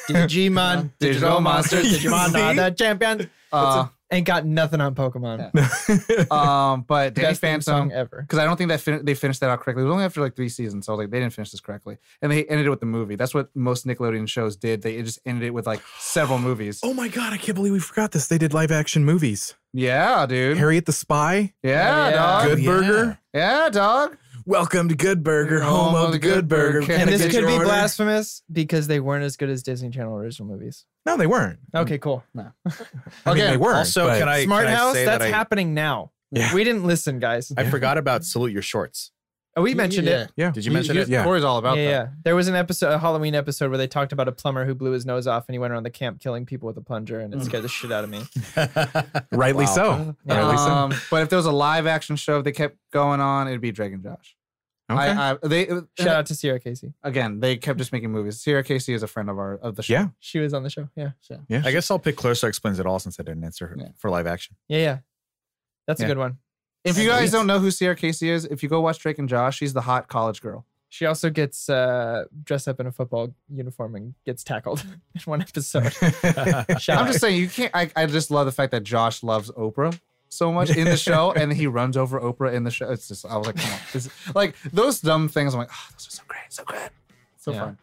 S1: Digimon,
S3: Digital
S1: digital monsters,
S3: monsters.
S1: Digimon
S5: You
S1: are the champions.
S3: Uh,
S1: and got nothing on Pokemon.
S3: Yeah. Um, but Danny
S1: Best theme song
S3: Phantom,
S1: ever.
S3: because I don't think that fin- they finished that out correctly. It was only after like three seasons, so I was like, they didn't finish this correctly, and they ended it with the movie. That's what most Nickelodeon shows did. They just ended it with like several movies.
S5: Oh my god, I can't believe we forgot this. They did live action movies.
S3: Yeah, dude.
S5: Harriet the Spy,
S3: Yeah,
S1: Yeah.
S3: dog.
S5: Good
S2: yeah.
S5: Burger.
S3: Yeah, dog.
S5: Welcome to Good Burger, home, of the Good Burger.
S3: Can
S1: And
S5: I
S1: this
S5: get
S1: could
S5: your
S1: be
S5: order?
S1: blasphemous because they weren't as good as Disney Channel original movies.
S5: No, they weren't.
S1: Okay, cool.
S5: I mean,
S2: Again,
S5: they weren't.
S2: also,
S5: but-
S2: can I-
S1: Smart
S2: can I
S1: House,
S2: say
S1: that's
S2: that I-
S1: happening now.
S5: Yeah.
S1: We didn't listen, guys.
S2: I forgot about salute your shorts.
S1: Oh, we mentioned
S3: yeah.
S1: it.
S5: Yeah.
S2: Did you mention it?
S5: Yeah.
S3: Corey's all about
S1: yeah,
S3: that.
S1: yeah. There was an episode, a Halloween episode, where they talked about a plumber who blew his nose off and he went around the camp killing people with a plunger, and it scared the shit out of me.
S5: Rightly
S2: Wow.
S5: so.
S1: Yeah.
S5: Rightly so.
S3: Um, but if there was a live action show, if they kept going on, it'd be Dragon Josh.
S5: Okay.
S3: I, I, they uh,
S1: Shout out to Sierra Casey.
S3: again. They kept just making movies. Sierra Casey is a friend of our of the show.
S5: yeah.
S1: She was on the show. Yeah,
S2: I guess I'll pick Clarissa Explains It All since I didn't answer
S3: Yeah.
S2: for live action.
S1: yeah, yeah. That's
S2: Yeah.
S1: a good one.
S3: If you guys
S2: Sweet.
S3: don't know who Sierra Casey is, if you go watch Drake and Josh, she's the hot college girl.
S1: She also gets uh, dressed up in a football uniform and gets tackled in one episode. Shout
S3: I'm
S1: out.
S3: just saying you can't. I, I just love the fact that Josh loves Oprah so much in the show, and he runs over Oprah in the show. It's just I was like, come on, This- like those dumb things. I'm like, oh, those are so great, so good, so
S1: Yeah.
S3: fun.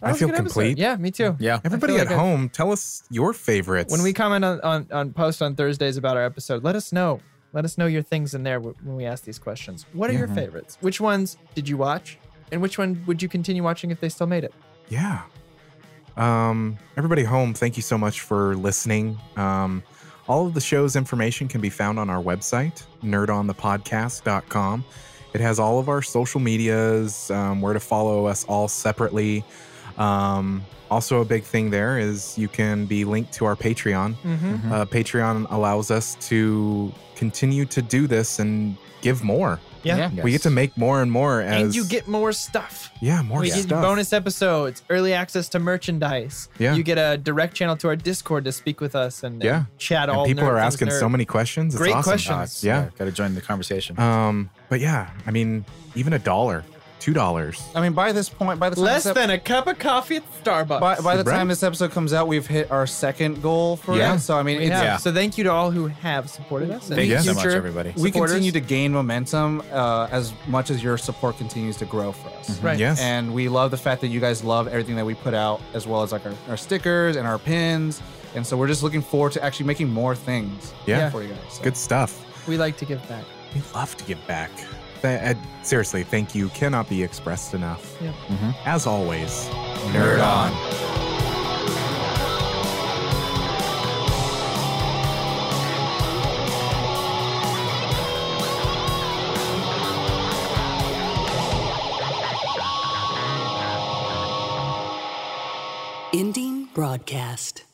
S1: That
S5: I
S1: was a
S5: feel
S1: good episode.
S5: complete.
S1: Yeah, me too.
S2: Yeah.
S5: Everybody
S1: I feel
S5: at
S1: like I-
S5: home, tell us your favorites.
S1: When we comment on, on, on post on Thursdays about our episode, let us know. Let us know your things in there w- when we ask these questions. What are your favorites? Which ones did you watch? And which one would you continue watching if they still made it?
S5: yeah um everybody home thank you so much for listening um all of the show's information can be found on our website nerdonthepodcast.com it has all of our social medias um, where to follow us all separately um also a big thing there is you can be linked to our patreon
S1: Mm-hmm.
S5: uh, patreon allows us to continue to do this and give more
S1: Yeah.
S5: we get to
S2: Yes.
S5: make more and more as
S1: and you get more stuff.
S5: yeah more
S1: we get
S5: stuff
S1: bonus episodes, early access to merchandise.
S5: Yeah.
S1: You get a direct channel to our Discord to speak with us and, and
S5: Yeah.
S1: chat
S5: and
S1: all
S5: people are
S1: nerd things
S5: asking so
S1: nerd.
S5: many questions. It's
S1: Great
S5: awesome.
S1: questions.
S5: Yeah.
S2: Got to uh, join the conversation.
S5: Um, but yeah, I mean, even a dollar, two dollars.
S3: I mean, by this point, by the time
S1: Less
S3: this ep-
S1: than a cup of coffee at Starbucks.
S3: by, by the
S5: Right.
S3: time this episode comes out, we've hit our second goal for
S5: Yeah.
S3: it. So I mean,
S1: We
S3: it's,
S1: have.
S2: Yeah.
S1: So thank you to all who have supported us. and
S2: Thank you
S5: Yeah.
S2: so much,
S1: future-
S2: everybody.
S3: we
S1: supporters.
S3: continue to gain momentum uh, as much as your support continues to grow for us.
S1: Right.
S5: Yes.
S3: And we love the fact that you guys love everything that we put out, as well as like our, our stickers and our pins. And so we're just looking forward to actually making more things
S5: Yeah.
S3: for you guys. So.
S5: Good stuff.
S1: We like to give back.
S5: We love to give back. Th- I- seriously, thank you cannot be expressed enough.
S1: Yeah.
S2: Mhm.
S5: As always,
S3: Nerd on.
S4: Ending broadcast.